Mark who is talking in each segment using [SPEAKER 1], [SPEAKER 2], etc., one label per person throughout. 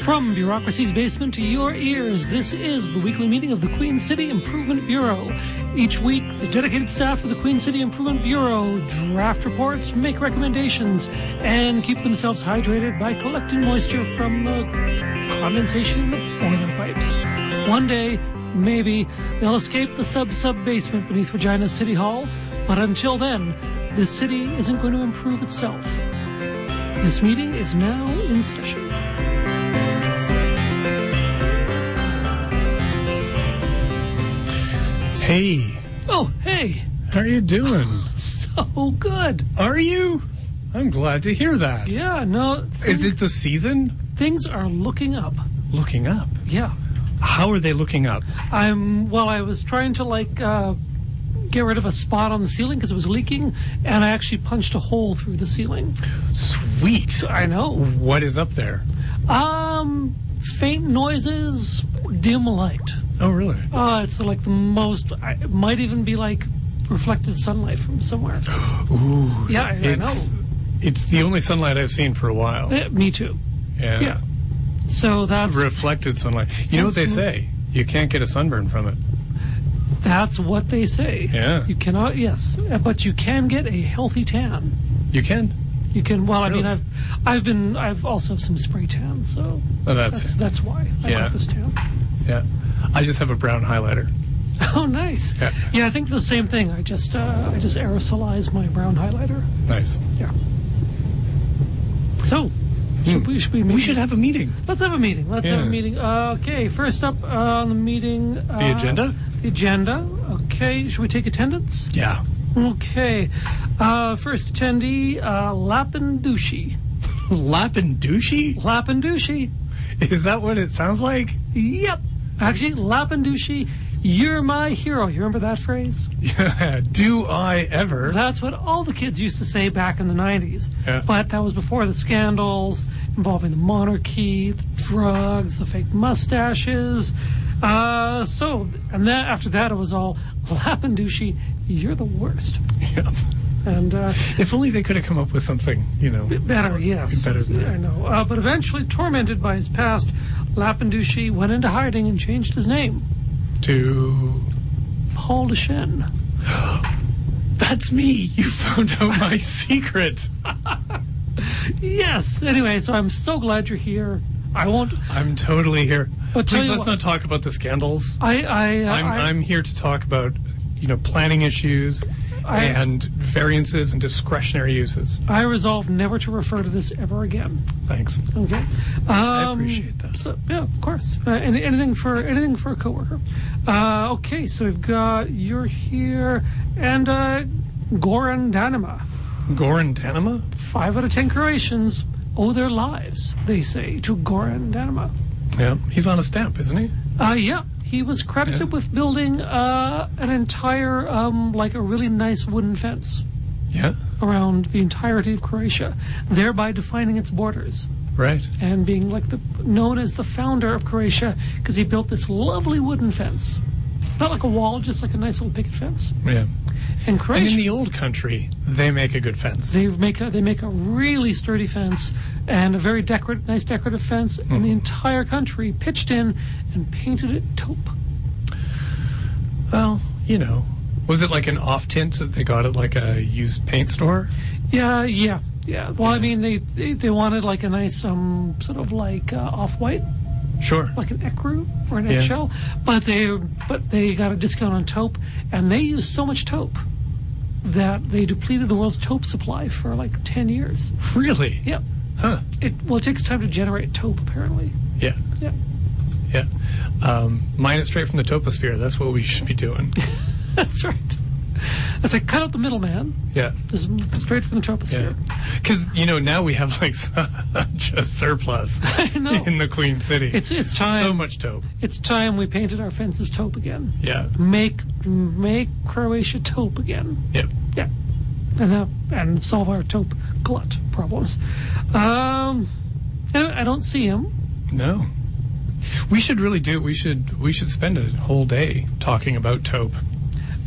[SPEAKER 1] From bureaucracy's basement to your ears, this is the weekly meeting of the Queen City Improvement Bureau. Each week, the dedicated staff of the Queen City Improvement Bureau draft reports, make recommendations, and keep themselves hydrated by collecting moisture from the condensation in the boiler pipes. One day, maybe, they'll escape the sub-sub basement beneath Regina City Hall, but until then, this city isn't going to improve itself. This meeting is now in session.
[SPEAKER 2] Hey,
[SPEAKER 1] Oh, hey,
[SPEAKER 2] how are you doing?
[SPEAKER 1] so good.
[SPEAKER 2] Are you? I'm glad to hear that. Is
[SPEAKER 1] Yeah, no,
[SPEAKER 2] it the season?
[SPEAKER 1] things are looking up.
[SPEAKER 2] Looking up.
[SPEAKER 1] Yeah.
[SPEAKER 2] How are they looking up?
[SPEAKER 1] I'm, well, I was trying to like, uh, get rid of a spot on the ceiling because it was leaking and I actually punched a hole through the ceiling.
[SPEAKER 2] Sweet.
[SPEAKER 1] I know.
[SPEAKER 2] What is up there?
[SPEAKER 1] Um, faint noises, dim light.
[SPEAKER 2] Oh, really?
[SPEAKER 1] Uh, it's like the most, I- it might even be like reflected sunlight from somewhere.
[SPEAKER 2] Ooh.
[SPEAKER 1] Yeah, I- I know.
[SPEAKER 2] It's, it's the only sunlight I've seen for a while.
[SPEAKER 1] Eh, me too.
[SPEAKER 2] Yeah.
[SPEAKER 1] Yeah. So that's,
[SPEAKER 2] Reflected sunlight. You know what they say? You can't get a sunburn from it.
[SPEAKER 1] that's what they say.
[SPEAKER 2] Yeah.
[SPEAKER 1] You cannot, yes, uh, but you can get a healthy tan.
[SPEAKER 2] You can?
[SPEAKER 1] You can. Well, I mean,
[SPEAKER 2] Really?
[SPEAKER 1] I've, I've been, I've also have some spray tan, so
[SPEAKER 2] Oh, that's,
[SPEAKER 1] that's
[SPEAKER 2] it.
[SPEAKER 1] that's why I
[SPEAKER 2] Yeah.
[SPEAKER 1] got this tan.
[SPEAKER 2] Yeah. I just have a brown highlighter.
[SPEAKER 1] Oh, nice.
[SPEAKER 2] Yeah.
[SPEAKER 1] I think the same thing. I just, uh, I just aerosolize my brown highlighter.
[SPEAKER 2] Nice.
[SPEAKER 1] Yeah. So, should we should we, meet?
[SPEAKER 2] We should have a meeting.
[SPEAKER 1] Let's have a meeting. Let's have a
[SPEAKER 2] Hmm. Yeah.
[SPEAKER 1] meeting. Uh, okay, first up uh, on the meeting. Uh,
[SPEAKER 2] The agenda?
[SPEAKER 1] The agenda. Okay, should we take attendance?
[SPEAKER 2] Yeah.
[SPEAKER 1] Okay. Uh, first attendee, uh, Lapindushi.
[SPEAKER 2] Lapindushi?
[SPEAKER 1] Lapindushi.
[SPEAKER 2] Is that what it sounds like?
[SPEAKER 1] Yep. Actually, Lapindushi, you're my hero. You remember that phrase?
[SPEAKER 2] Yeah. Do I ever?
[SPEAKER 1] That's what all the kids used to say back in the 90s.
[SPEAKER 2] Yeah.
[SPEAKER 1] But that was before the scandals involving the monarchy, the drugs, the fake mustaches. Uh, so, and then after that, it was all Lapindushi, you're the worst.
[SPEAKER 2] Yeah.
[SPEAKER 1] And uh,
[SPEAKER 2] If only they could have come up with something, you know.
[SPEAKER 1] better, yes.
[SPEAKER 2] Better than that.
[SPEAKER 1] I know. Uh, but eventually, tormented by his past, Lapindushi went into hiding and changed his name,
[SPEAKER 2] To.
[SPEAKER 1] Paul Dechen.
[SPEAKER 2] That's me! You found out my secret!
[SPEAKER 1] Yes. Anyway, so I'm so glad you're here. I won't.
[SPEAKER 2] I'm totally here.
[SPEAKER 1] But tell
[SPEAKER 2] Please
[SPEAKER 1] you
[SPEAKER 2] let's
[SPEAKER 1] what-
[SPEAKER 2] not talk about the scandals.
[SPEAKER 1] I. I. uh,
[SPEAKER 2] I'm,
[SPEAKER 1] I,
[SPEAKER 2] I'm here to talk about, you know, planning issues
[SPEAKER 1] I-
[SPEAKER 2] and variances and discretionary uses.
[SPEAKER 1] I resolve never to refer to this ever again.
[SPEAKER 2] Thanks.
[SPEAKER 1] Okay. Um, I
[SPEAKER 2] appreciate that.
[SPEAKER 1] So yeah, of course. Uh, any, anything for anything for a coworker. Uh, okay, so we've got you're here and uh, Goran Danima.
[SPEAKER 2] Goran Danima?
[SPEAKER 1] Five out of ten Croatians owe their lives, they say, to Goran Danima.
[SPEAKER 2] Yeah. He's on a stamp, isn't he?
[SPEAKER 1] Uh, yeah, he was credited
[SPEAKER 2] Yeah.
[SPEAKER 1] with building uh, an entire, um, like a really nice wooden fence
[SPEAKER 2] Yeah.
[SPEAKER 1] around the entirety of Croatia, thereby defining its borders
[SPEAKER 2] Right.
[SPEAKER 1] and being like the known as the founder of Croatia because he built this lovely wooden fence. Not like a wall, just like a nice little picket fence.
[SPEAKER 2] Yeah.
[SPEAKER 1] And
[SPEAKER 2] And
[SPEAKER 1] Croatia,
[SPEAKER 2] in the old country, they make a good fence.
[SPEAKER 1] they make a they make a really sturdy fence and a very decorative, nice decorative fence. And the entire country pitched in and painted it taupe.
[SPEAKER 2] Well, you know. Was it like an off tint that they got at like a used paint store?
[SPEAKER 1] Yeah, yeah, yeah. Well, I mean, they they, they wanted like a nice um sort of like uh, off white,
[SPEAKER 2] Sure.
[SPEAKER 1] like an ecru or an
[SPEAKER 2] Yeah.
[SPEAKER 1] eggshell, but they but they got a discount on taupe, and they used so much taupe that they depleted the world's taupe supply for like ten years.
[SPEAKER 2] Really?
[SPEAKER 1] Yeah.
[SPEAKER 2] Huh.
[SPEAKER 1] It well, it takes time to generate taupe apparently.
[SPEAKER 2] Yeah.
[SPEAKER 1] Yeah.
[SPEAKER 2] Yeah. Um, mine it straight from the toposphere. That's what we should be doing.
[SPEAKER 1] That's right. That's like cut out the middleman.
[SPEAKER 2] Yeah.
[SPEAKER 1] This is straight from the
[SPEAKER 2] Yeah.
[SPEAKER 1] troposphere.
[SPEAKER 2] Because, you know, now we have like such a surplus
[SPEAKER 1] I know.
[SPEAKER 2] in the Queen City.
[SPEAKER 1] It's it's time.
[SPEAKER 2] so much taupe.
[SPEAKER 1] It's time we painted our fences taupe again.
[SPEAKER 2] Yeah.
[SPEAKER 1] Make make Croatia taupe again.
[SPEAKER 2] Yep.
[SPEAKER 1] Yeah. And, uh, and solve our taupe glut problems. Um, anyway, I don't see him.
[SPEAKER 2] No. We should really do. We should. We should spend a whole day talking about taupe,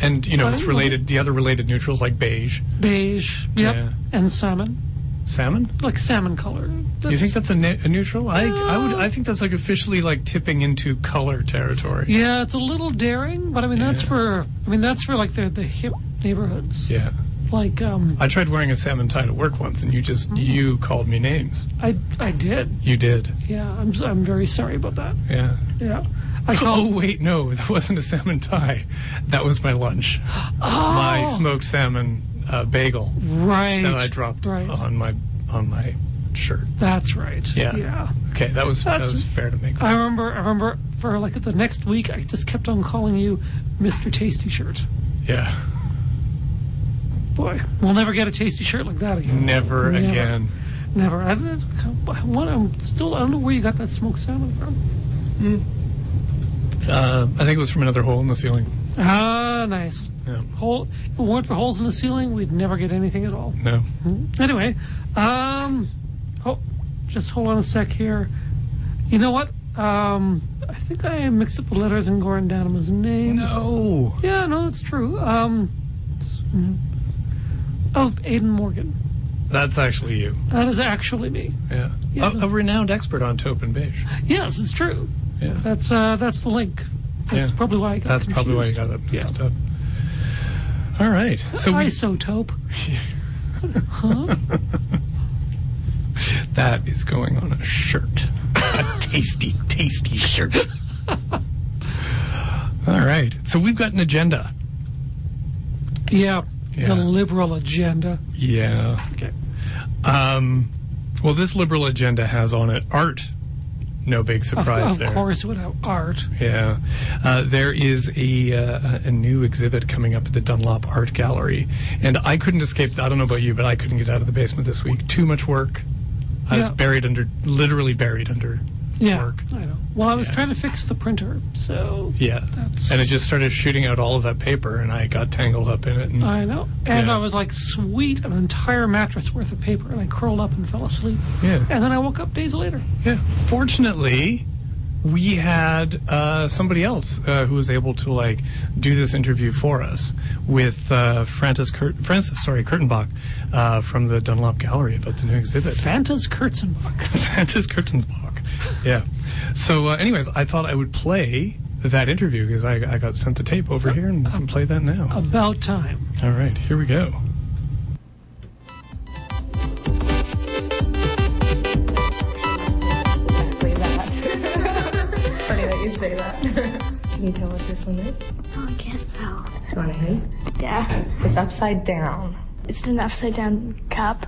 [SPEAKER 2] and you know,
[SPEAKER 1] I
[SPEAKER 2] it's
[SPEAKER 1] don't know.
[SPEAKER 2] related. The other related neutrals like beige,
[SPEAKER 1] Beige, yep,
[SPEAKER 2] Yeah.
[SPEAKER 1] and salmon.
[SPEAKER 2] Salmon?
[SPEAKER 1] like salmon color. That's,
[SPEAKER 2] you think that's a, ne- a neutral? I I would
[SPEAKER 1] Yeah.
[SPEAKER 2] I think that's like officially like tipping into color territory.
[SPEAKER 1] Yeah, it's a little daring, but I mean that's
[SPEAKER 2] Yeah.
[SPEAKER 1] for I mean that's for like the the hip neighborhoods.
[SPEAKER 2] Yeah.
[SPEAKER 1] Like um,
[SPEAKER 2] I tried wearing a salmon tie to work once, and you
[SPEAKER 1] Mm-hmm.
[SPEAKER 2] just you called me names.
[SPEAKER 1] I I did.
[SPEAKER 2] You did.
[SPEAKER 1] Yeah, I'm s- I'm very sorry about that.
[SPEAKER 2] Yeah.
[SPEAKER 1] Yeah, I
[SPEAKER 2] Oh
[SPEAKER 1] called.
[SPEAKER 2] wait, no, that wasn't a salmon tie. That was my lunch. My
[SPEAKER 1] Oh.
[SPEAKER 2] smoked salmon uh, bagel
[SPEAKER 1] right.
[SPEAKER 2] that I dropped
[SPEAKER 1] Right.
[SPEAKER 2] on my on my shirt.
[SPEAKER 1] That's right.
[SPEAKER 2] Yeah.
[SPEAKER 1] Yeah.
[SPEAKER 2] Okay, that was
[SPEAKER 1] That's-
[SPEAKER 2] that was fair to make.
[SPEAKER 1] I remember. I remember for like the next week, I just kept on calling you Mr. Tasty Shirt.
[SPEAKER 2] Yeah.
[SPEAKER 1] Boy, we'll never get a tasty shirt like that again.
[SPEAKER 2] Never,
[SPEAKER 1] Never.
[SPEAKER 2] again.
[SPEAKER 1] Never. I, didn't- I want, I'm still. I don't know where you got that smoked salmon from.
[SPEAKER 2] Uh, I think it was from another hole in the ceiling.
[SPEAKER 1] Ah, nice.
[SPEAKER 2] Yeah.
[SPEAKER 1] Hole. If it weren't for holes in the ceiling, we'd never get anything at all. Hmm.
[SPEAKER 2] No.
[SPEAKER 1] Anyway, um, ho- just hold on a sec here. You know what? Um, I think I mixed up the letters in Gordon Danima's name.
[SPEAKER 2] No.
[SPEAKER 1] Yeah, no, that's true. Um, s- mm. oh, Aiden Morgan.
[SPEAKER 2] That's actually you.
[SPEAKER 1] That is actually me.
[SPEAKER 2] Yeah.
[SPEAKER 1] Yeah.
[SPEAKER 2] A, a renowned expert on taupe and beige.
[SPEAKER 1] Yes, it's true.
[SPEAKER 2] Yeah.
[SPEAKER 1] That's uh, that's the link. That's
[SPEAKER 2] Yeah.
[SPEAKER 1] probably why I got
[SPEAKER 2] That's probably why you
[SPEAKER 1] confused.
[SPEAKER 2] got that
[SPEAKER 1] Yeah.
[SPEAKER 2] mixed up. All right. So we,
[SPEAKER 1] Isotope. huh?
[SPEAKER 2] that is going on a shirt. a tasty, tasty shirt. All right. So we've got an agenda.
[SPEAKER 1] Yeah.
[SPEAKER 2] Yeah.
[SPEAKER 1] The liberal agenda.
[SPEAKER 2] Yeah.
[SPEAKER 1] Okay.
[SPEAKER 2] Um, well, this liberal agenda has on it art. No big
[SPEAKER 1] Of,
[SPEAKER 2] surprise
[SPEAKER 1] of
[SPEAKER 2] there.
[SPEAKER 1] course, it would have art.
[SPEAKER 2] Yeah, uh, there is a uh, a new exhibit coming up at the Dunlop Art Gallery, and I couldn't escape. I don't know about you, but I couldn't get out of the basement this week. Too much work. I
[SPEAKER 1] Yeah.
[SPEAKER 2] was buried under, literally buried under
[SPEAKER 1] Yeah.
[SPEAKER 2] work.
[SPEAKER 1] I know. Well, I was
[SPEAKER 2] Yeah.
[SPEAKER 1] trying to fix the printer, so
[SPEAKER 2] Yeah,
[SPEAKER 1] That's-
[SPEAKER 2] and it just started shooting out all of that paper, and I got tangled up in it. And
[SPEAKER 1] I know. And
[SPEAKER 2] Yeah.
[SPEAKER 1] I was like, sweet, an entire mattress worth of paper, and I curled up and fell asleep.
[SPEAKER 2] yeah,
[SPEAKER 1] And then I woke up days later.
[SPEAKER 2] yeah. Fortunately. We had uh, somebody else uh, who was able to like do this interview for us with uh, Francis, Cur- Francis, sorry, Kurtenbach uh, from the Dunlop Gallery about the new exhibit.
[SPEAKER 1] Fanta's Kurtzenbach.
[SPEAKER 2] Francis Kurtzensbach. Yeah. So, uh, anyways, I thought I would play that interview because I, I got sent the tape over here and we can play that now.
[SPEAKER 1] About time.
[SPEAKER 2] All right, here we go.
[SPEAKER 3] Say that. Funny that you say that. Can you tell what this one is? Do
[SPEAKER 4] I can't tell.
[SPEAKER 3] you want a hint?
[SPEAKER 4] Yeah.
[SPEAKER 3] It's upside down.
[SPEAKER 4] It's an upside down cup.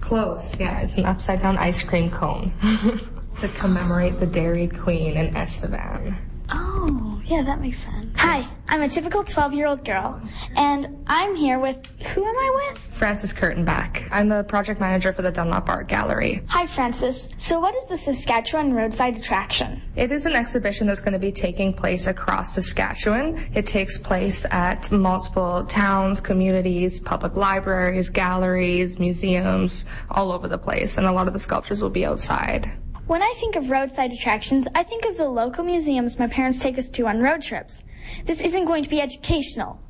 [SPEAKER 3] Close. Yeah, it's an upside down ice cream cone to commemorate the Dairy Queen in Estevan.
[SPEAKER 4] Oh, yeah, that makes sense. Hi, I'm a typical 12 year old girl, and I'm here with who am I with?
[SPEAKER 3] Frances Curtinback. I'm the project manager for the Dunlop Art Gallery.
[SPEAKER 4] Hi, Francis. So, what is the Saskatchewan roadside attraction?
[SPEAKER 3] It is an exhibition that's going to be taking place across Saskatchewan. It takes place at multiple towns, communities, public libraries, galleries, museums, all over the place, and a lot of the sculptures will be outside.
[SPEAKER 4] When I think of roadside attractions, I think of the local museums my parents take us to on road trips. This isn't going to be educational,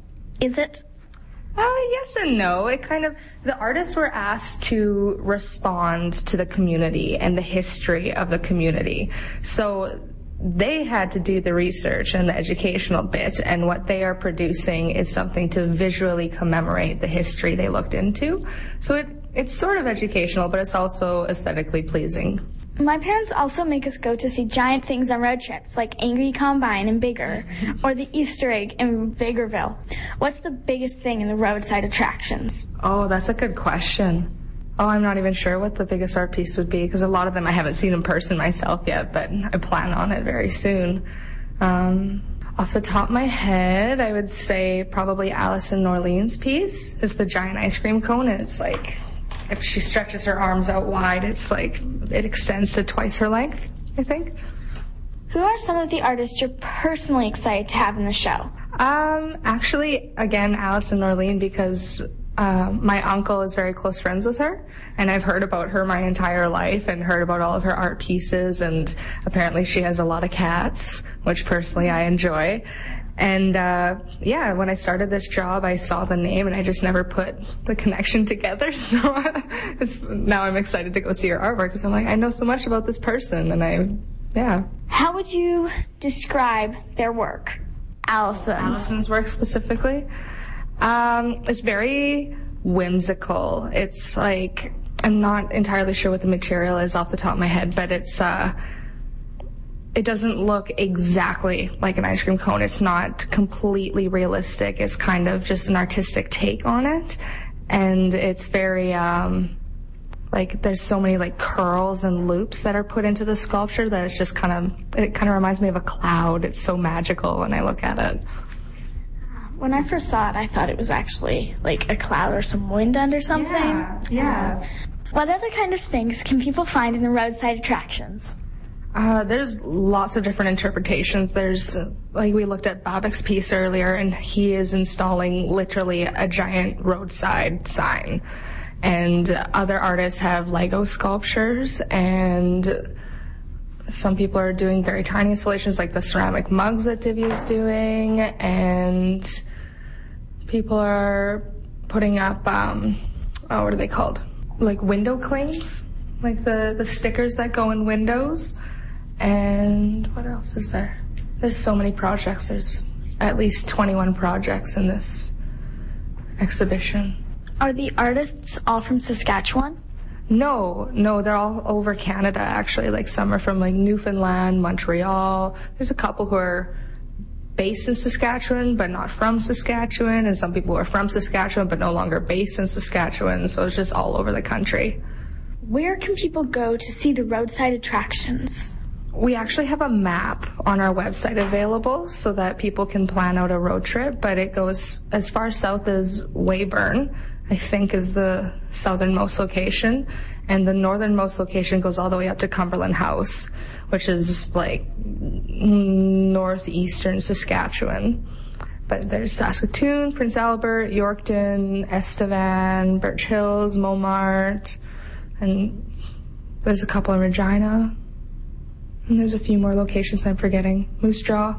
[SPEAKER 4] is it?
[SPEAKER 3] Uh, yes and no. It kind of, the artists were asked to respond to the community and the history of the community. So they had to do the research and the educational bit, and what they are producing is something to visually commemorate the history they looked into. So it, it's sort of educational, but it's also aesthetically pleasing.
[SPEAKER 4] My parents also make us go to see giant things on road trips, like Angry Combine in Bigger, or the Easter egg in Biggerville. What's the biggest thing in the roadside attractions?
[SPEAKER 3] Oh, that's a good question. Oh, I'm not even sure what the biggest art piece would be because a lot of them I haven't seen in person myself yet, but I plan on it very soon. Um, off the top of my head, I would say probably Allison Norlean's piece is the giant ice cream cone, and it's like if she stretches her arms out wide, it's like it extends to twice her length. I think.
[SPEAKER 4] Who are some of the artists you're personally excited to have in the show?
[SPEAKER 3] Um, actually, again, Alice and Norlene, because um, my uncle is very close friends with her, and I've heard about her my entire life and heard about all of her art pieces, and apparently she has a lot of cats, which personally I enjoy. And uh, yeah, when I started this job, I saw the name and I just never put the connection together. So it's, now I'm excited to go see her artwork because I'm like, I know so much about this person, and I, yeah.
[SPEAKER 4] How would you describe their work? Allison's.
[SPEAKER 3] Allison's work specifically. Um, it's very whimsical. It's like I'm not entirely sure what the material is off the top of my head, but it's uh, it doesn't look exactly like an ice cream cone. It's not completely realistic. It's kind of just an artistic take on it, and it's very um, like there's so many like curls and loops that are put into the sculpture that it's just kind of it kind of reminds me of a cloud. It's so magical when I look at it.
[SPEAKER 4] When I first saw it, I thought it was actually like a cloud or some wind under something.
[SPEAKER 3] yeah.
[SPEAKER 4] What other kind of things can people find in the roadside attractions?
[SPEAKER 3] Uh, there's lots of different interpretations. There's, uh, like we looked at Babak's piece earlier, and he is installing literally a giant roadside sign. And uh, other artists have Lego sculptures, and some people are doing very tiny installations, like the ceramic mugs that Divya is doing, and people are putting up, um, oh, what are they called? Like window clings, like the, the stickers that go in windows. And what else is there? There's so many projects. There's at least 21 projects in this exhibition.
[SPEAKER 4] Are the artists all from Saskatchewan?
[SPEAKER 3] No, no, they're all over Canada actually. Like some are from like Newfoundland, Montreal. There's a couple who are based in Saskatchewan but not from Saskatchewan, and some people who are from Saskatchewan but no longer based in Saskatchewan. So it's just all over the country.
[SPEAKER 4] Where can people go to see the roadside attractions?
[SPEAKER 3] We actually have a map on our website available so that people can plan out a road trip, but it goes as far south as Weyburn, I think is the southernmost location, and the northernmost location goes all the way up to Cumberland House, which is like northeastern Saskatchewan. But there's Saskatoon, Prince Albert, Yorkton, Estevan, Birch Hills, Momart, and there's a couple in Regina. And there's a few more locations I'm forgetting. Moose Jaw.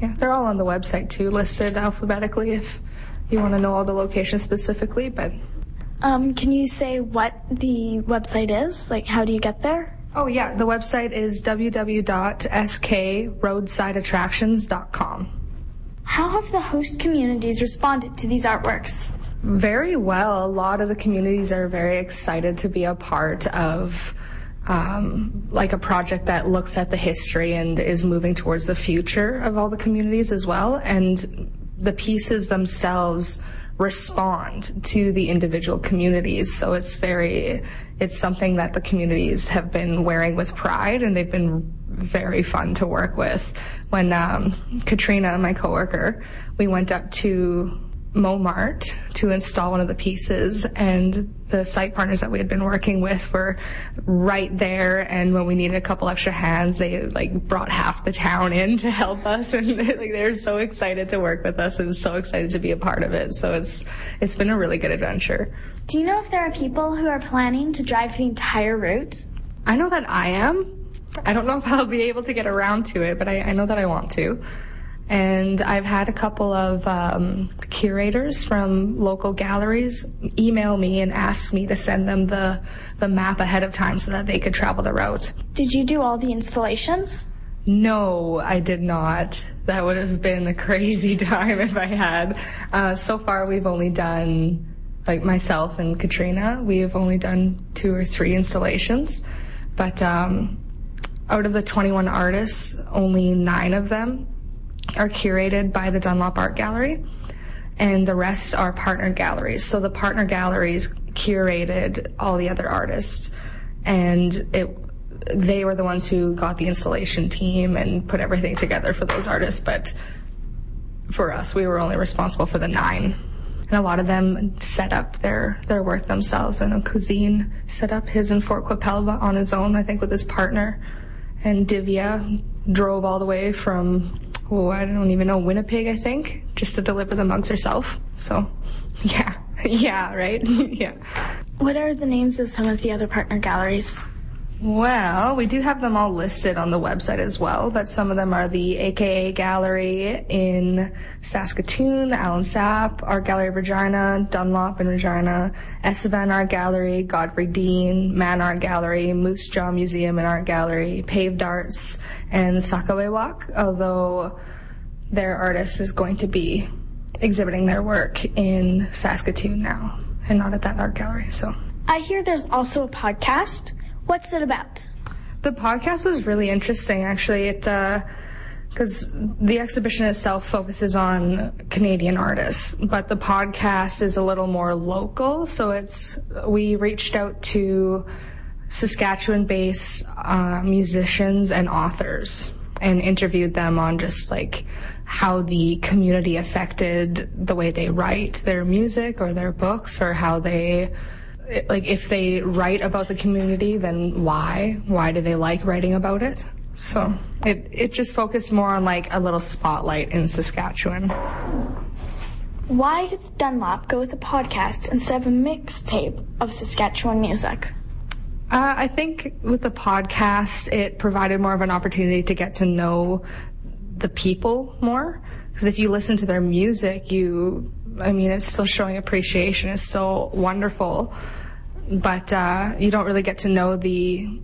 [SPEAKER 3] Yeah, they're all on the website too, listed alphabetically if you want to know all the locations specifically. But
[SPEAKER 4] Um, can you say what the website is? Like, how do you get there?
[SPEAKER 3] oh yeah, the website is www.skroadsideattractions.com.
[SPEAKER 4] How have the host communities responded to these artworks?
[SPEAKER 3] Very well. A lot of the communities are very excited to be a part of um, like a project that looks at the history and is moving towards the future of all the communities as well. And the pieces themselves respond to the individual communities. So it's very, it's something that the communities have been wearing with pride and they've been very fun to work with. When um, Katrina, my coworker, we went up to Momart to install one of the pieces, and the site partners that we had been working with were right there. And when we needed a couple extra hands, they like brought half the town in to help us, and like they were so excited to work with us and so excited to be a part of it. So it's it's been a really good adventure.
[SPEAKER 4] Do you know if there are people who are planning to drive the entire route?
[SPEAKER 3] I know that I am. I don't know if I'll be able to get around to it, but I, I know that I want to. And I've had a couple of um, curators from local galleries email me and ask me to send them the the map ahead of time so that they could travel the route.
[SPEAKER 4] Did you do all the installations?
[SPEAKER 3] No, I did not. That would have been a crazy time if I had. Uh, so far, we've only done, like myself and Katrina, we have only done two or three installations. But um, out of the 21 artists, only nine of them are curated by the Dunlop Art Gallery, and the rest are partner galleries. So the partner galleries curated all the other artists, and it they were the ones who got the installation team and put everything together for those artists. But for us, we were only responsible for the nine. And a lot of them set up their, their work themselves. I know Cousine set up his in Fort Quipelva on his own, I think, with his partner. And Divya drove all the way from, oh, I don't even know, Winnipeg, I think, just to deliver the mugs herself. So, yeah. Yeah, right? yeah.
[SPEAKER 4] What are the names of some of the other partner galleries?
[SPEAKER 3] Well, we do have them all listed on the website as well, but some of them are the AKA Gallery in Saskatoon, the Alan Sapp, Art Gallery of Regina, Dunlop in Regina, Estevan Art Gallery, Godfrey Dean, Man Art Gallery, Moose Jaw Museum and Art Gallery, Paved Arts, and Sakaway Walk, although their artist is going to be exhibiting their work in Saskatoon now and not at that art gallery, so.
[SPEAKER 4] I hear there's also a podcast. What's it about?
[SPEAKER 3] The podcast was really interesting, actually. It because the exhibition itself focuses on Canadian artists, but the podcast is a little more local. So it's we reached out to Saskatchewan-based uh, musicians and authors and interviewed them on just like how the community affected the way they write their music or their books or how they like if they write about the community then why why do they like writing about it so it it just focused more on like a little spotlight in Saskatchewan Uh,
[SPEAKER 4] Why did Dunlop go with a podcast instead of a mixtape of Saskatchewan music?
[SPEAKER 3] Uh, I think with the podcast, it provided more of an opportunity to get to know the people more. Because if you listen to their music, you, I mean, it's still showing appreciation. It's so wonderful. But uh, you don't really get to know the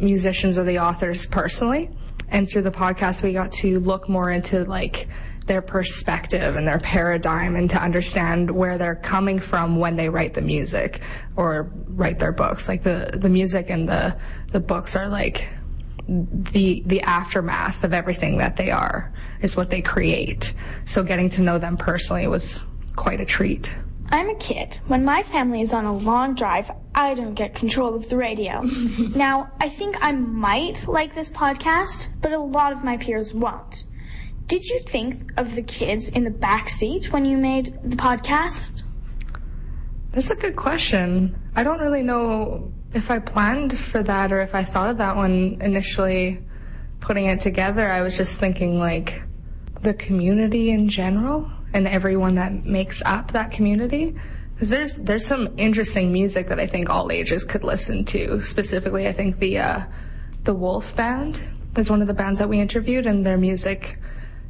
[SPEAKER 3] musicians or the authors personally. And through the podcast, we got to look more into like their perspective and their paradigm and to understand where they're coming from when they write the music or write their books. Like the, the music and the, the books are like the, the aftermath of everything that they are is what they create. So getting to know them personally was quite a treat.
[SPEAKER 4] I'm a kid. When my family is on a long drive, I don't get control of the radio. now, I think I might like this podcast, but a lot of my peers won't. Did you think of the kids in the back seat when you made the podcast?
[SPEAKER 3] That's a good question. I don't really know if I planned for that or if I thought of that when initially putting it together. I was just thinking like the community in general and everyone that makes up that community. Because there's there's some interesting music that I think all ages could listen to. Specifically, I think the uh, the Wolf Band is one of the bands that we interviewed, and their music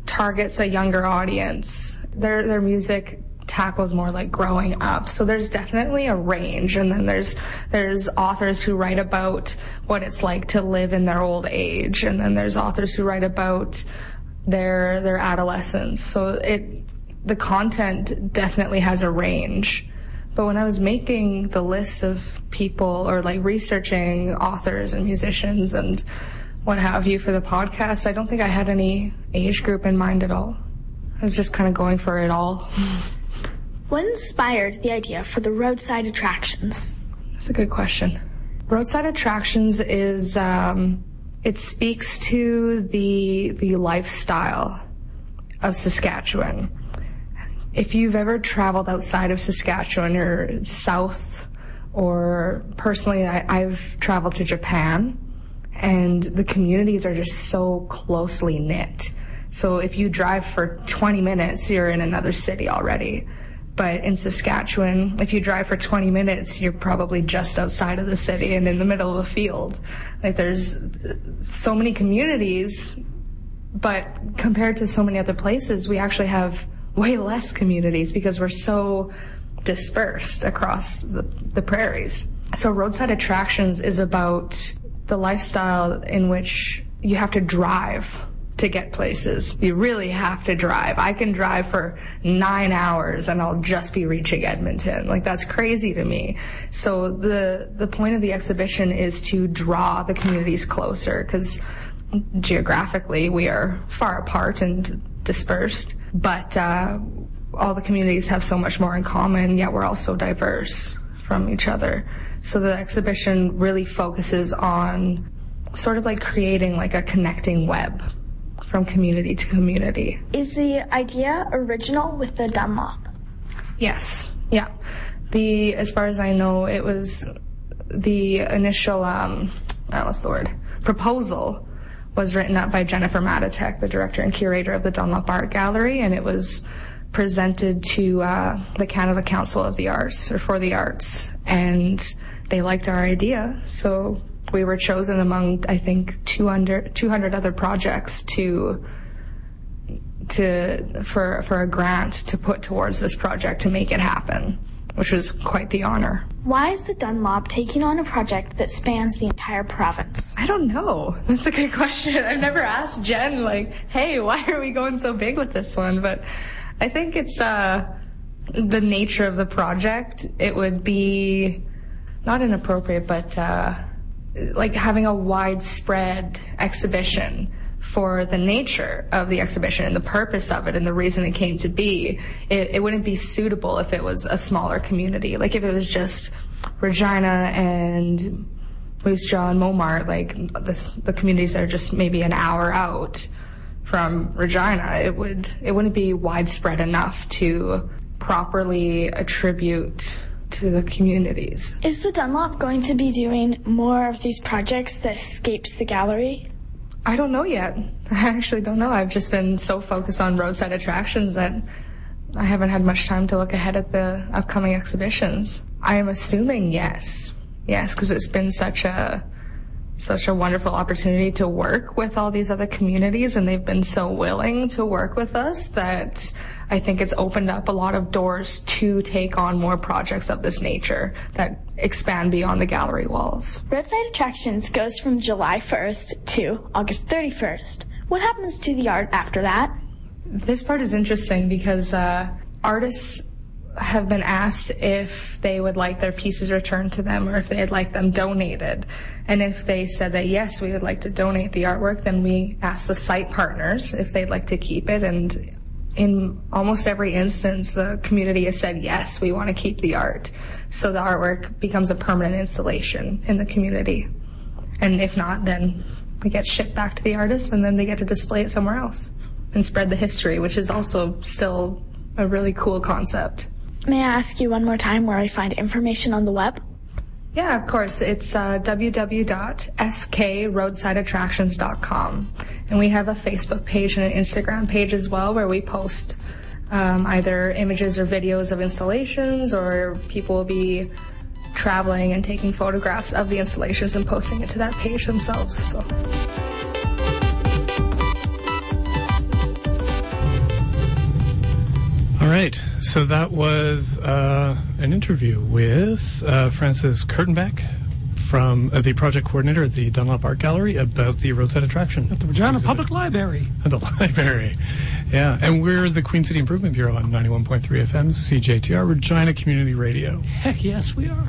[SPEAKER 3] targets a younger audience. Their their music tackles more like growing up. So there's definitely a range and then there's there's authors who write about what it's like to live in their old age and then there's authors who write about their their adolescence. So it the content definitely has a range. But when I was making the list of people or like researching authors and musicians and what have you for the podcast, I don't think I had any age group in mind at all. I was just kind of going for it all.
[SPEAKER 4] What inspired the idea for the roadside attractions?
[SPEAKER 3] That's a good question. Roadside attractions is um, it speaks to the the lifestyle of Saskatchewan. If you've ever traveled outside of Saskatchewan or south, or personally, I, I've traveled to Japan, and the communities are just so closely knit. So if you drive for 20 minutes, you're in another city already. But in Saskatchewan, if you drive for 20 minutes, you're probably just outside of the city and in the middle of a field. Like there's so many communities, but compared to so many other places, we actually have way less communities because we're so dispersed across the, the prairies. So roadside attractions is about the lifestyle in which you have to drive to get places. You really have to drive. I can drive for nine hours and I'll just be reaching Edmonton. Like that's crazy to me. So the, the point of the exhibition is to draw the communities closer because geographically we are far apart and dispersed, but, uh, all the communities have so much more in common, yet we're all so diverse from each other. So the exhibition really focuses on sort of like creating like a connecting web from community to community.
[SPEAKER 4] Is the idea original with the Dunlop?
[SPEAKER 3] Yes. Yeah. The as far as I know, it was the initial um uh, what's the word proposal was written up by Jennifer Matatek, the director and curator of the Dunlop Art Gallery, and it was presented to uh, the Canada Council of the Arts or for the Arts, and they liked our idea, so we were chosen among I think 200, 200 other projects to to for for a grant to put towards this project to make it happen, which was quite the honor.
[SPEAKER 4] Why is the Dunlop taking on a project that spans the entire province?
[SPEAKER 3] I don't know. That's a good question. I've never asked Jen like, "Hey, why are we going so big with this one?" But I think it's uh the nature of the project. It would be not inappropriate, but uh, like having a widespread exhibition for the nature of the exhibition and the purpose of it and the reason it came to be. It, it wouldn't be suitable if it was a smaller community. Like if it was just Regina and Moose Jaw and Momart, like this, the communities that are just maybe an hour out from Regina, it would it wouldn't be widespread enough to properly attribute to the communities.
[SPEAKER 4] Is the Dunlop going to be doing more of these projects that escapes the gallery?
[SPEAKER 3] I don't know yet. I actually don't know. I've just been so focused on roadside attractions that I haven't had much time to look ahead at the upcoming exhibitions. I am assuming yes. Yes, because it's been such a such a wonderful opportunity to work with all these other communities and they've been so willing to work with us that I think it's opened up a lot of doors to take on more projects of this nature that expand beyond the gallery walls.
[SPEAKER 4] Roadside Attractions goes from July 1st to August 31st. What happens to the art after that?
[SPEAKER 3] This part is interesting because uh, artists have been asked if they would like their pieces returned to them or if they'd like them donated. And if they said that yes, we would like to donate the artwork, then we asked the site partners if they'd like to keep it. And in almost every instance, the community has said yes, we want to keep the art. So the artwork becomes a permanent installation in the community. And if not, then it gets shipped back to the artist and then they get to display it somewhere else and spread the history, which is also still a really cool concept.
[SPEAKER 4] May I ask you one more time where I find information on the web?
[SPEAKER 3] Yeah, of course. It's uh, www.skroadsideattractions.com. And we have a Facebook page and an Instagram page as well where we post um, either images or videos of installations or people will be traveling and taking photographs of the installations and posting it to that page themselves. So.
[SPEAKER 2] All right. So that was uh, an interview with uh, Francis Kurtenbeck from uh, the project coordinator at the Dunlop Art Gallery about the roadside attraction
[SPEAKER 1] At the Regina Public Library.
[SPEAKER 2] at the library. Yeah. And we're the Queen City Improvement Bureau on 91.3 FM, CJTR, Regina Community Radio.
[SPEAKER 1] Heck yes, we are.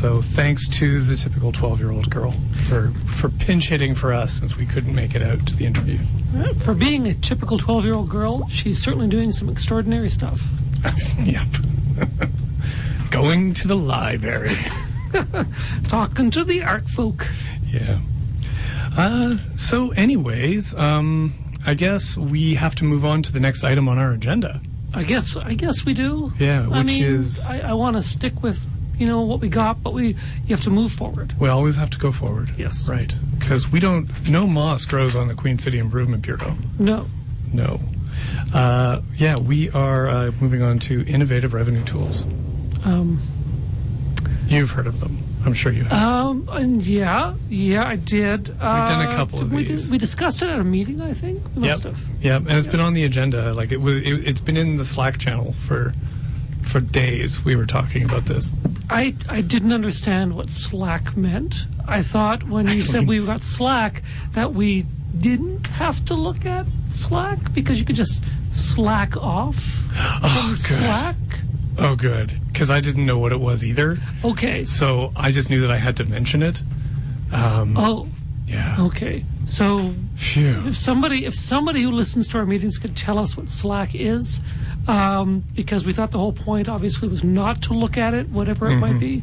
[SPEAKER 2] So thanks to the typical 12 year old girl for, for pinch hitting for us since we couldn't make it out to the interview.
[SPEAKER 1] Uh, For being a typical 12 year old girl, she's certainly doing some extraordinary stuff.
[SPEAKER 2] yep. Going to the library.
[SPEAKER 1] Talking to the art folk.
[SPEAKER 2] Yeah. Uh, so, anyways, um, I guess we have to move on to the next item on our agenda.
[SPEAKER 1] I guess I guess we do.
[SPEAKER 2] Yeah,
[SPEAKER 1] I
[SPEAKER 2] which
[SPEAKER 1] mean,
[SPEAKER 2] is-
[SPEAKER 1] I, I want to stick with you know what we got, but we you have to move forward.
[SPEAKER 2] We always have to go forward.
[SPEAKER 1] Yes.
[SPEAKER 2] Right. Because we don't, no moss grows on the Queen City Improvement Bureau.
[SPEAKER 1] No.
[SPEAKER 2] No. Uh, yeah, we are uh, moving on to innovative revenue tools.
[SPEAKER 1] Um,
[SPEAKER 2] You've heard of them. I'm sure you have.
[SPEAKER 1] um, and yeah, yeah, I did. We've
[SPEAKER 2] done a couple of
[SPEAKER 1] we di-
[SPEAKER 2] these.
[SPEAKER 1] we discussed it at a meeting, I think. We must
[SPEAKER 2] yep.
[SPEAKER 1] have.
[SPEAKER 2] Yep. And it's been on the agenda. Like, it was, it, it's been in the Slack channel for, for days. We were talking about this.
[SPEAKER 1] I, I didn't understand what slack meant. I thought when you said we got slack that we didn't have to look at slack because you could just slack off from
[SPEAKER 2] Oh, good.
[SPEAKER 1] slack.
[SPEAKER 2] Oh, good. Because I didn't know what it was either.
[SPEAKER 1] Okay.
[SPEAKER 2] So I just knew that I had to mention it. Um,
[SPEAKER 1] Oh,
[SPEAKER 2] yeah.
[SPEAKER 1] okay. So
[SPEAKER 2] Phew.
[SPEAKER 1] if somebody if somebody who listens to our meetings could tell us what slack is, um, because we thought the whole point obviously was not to look at it, whatever it
[SPEAKER 2] Mm-hmm.
[SPEAKER 1] might be.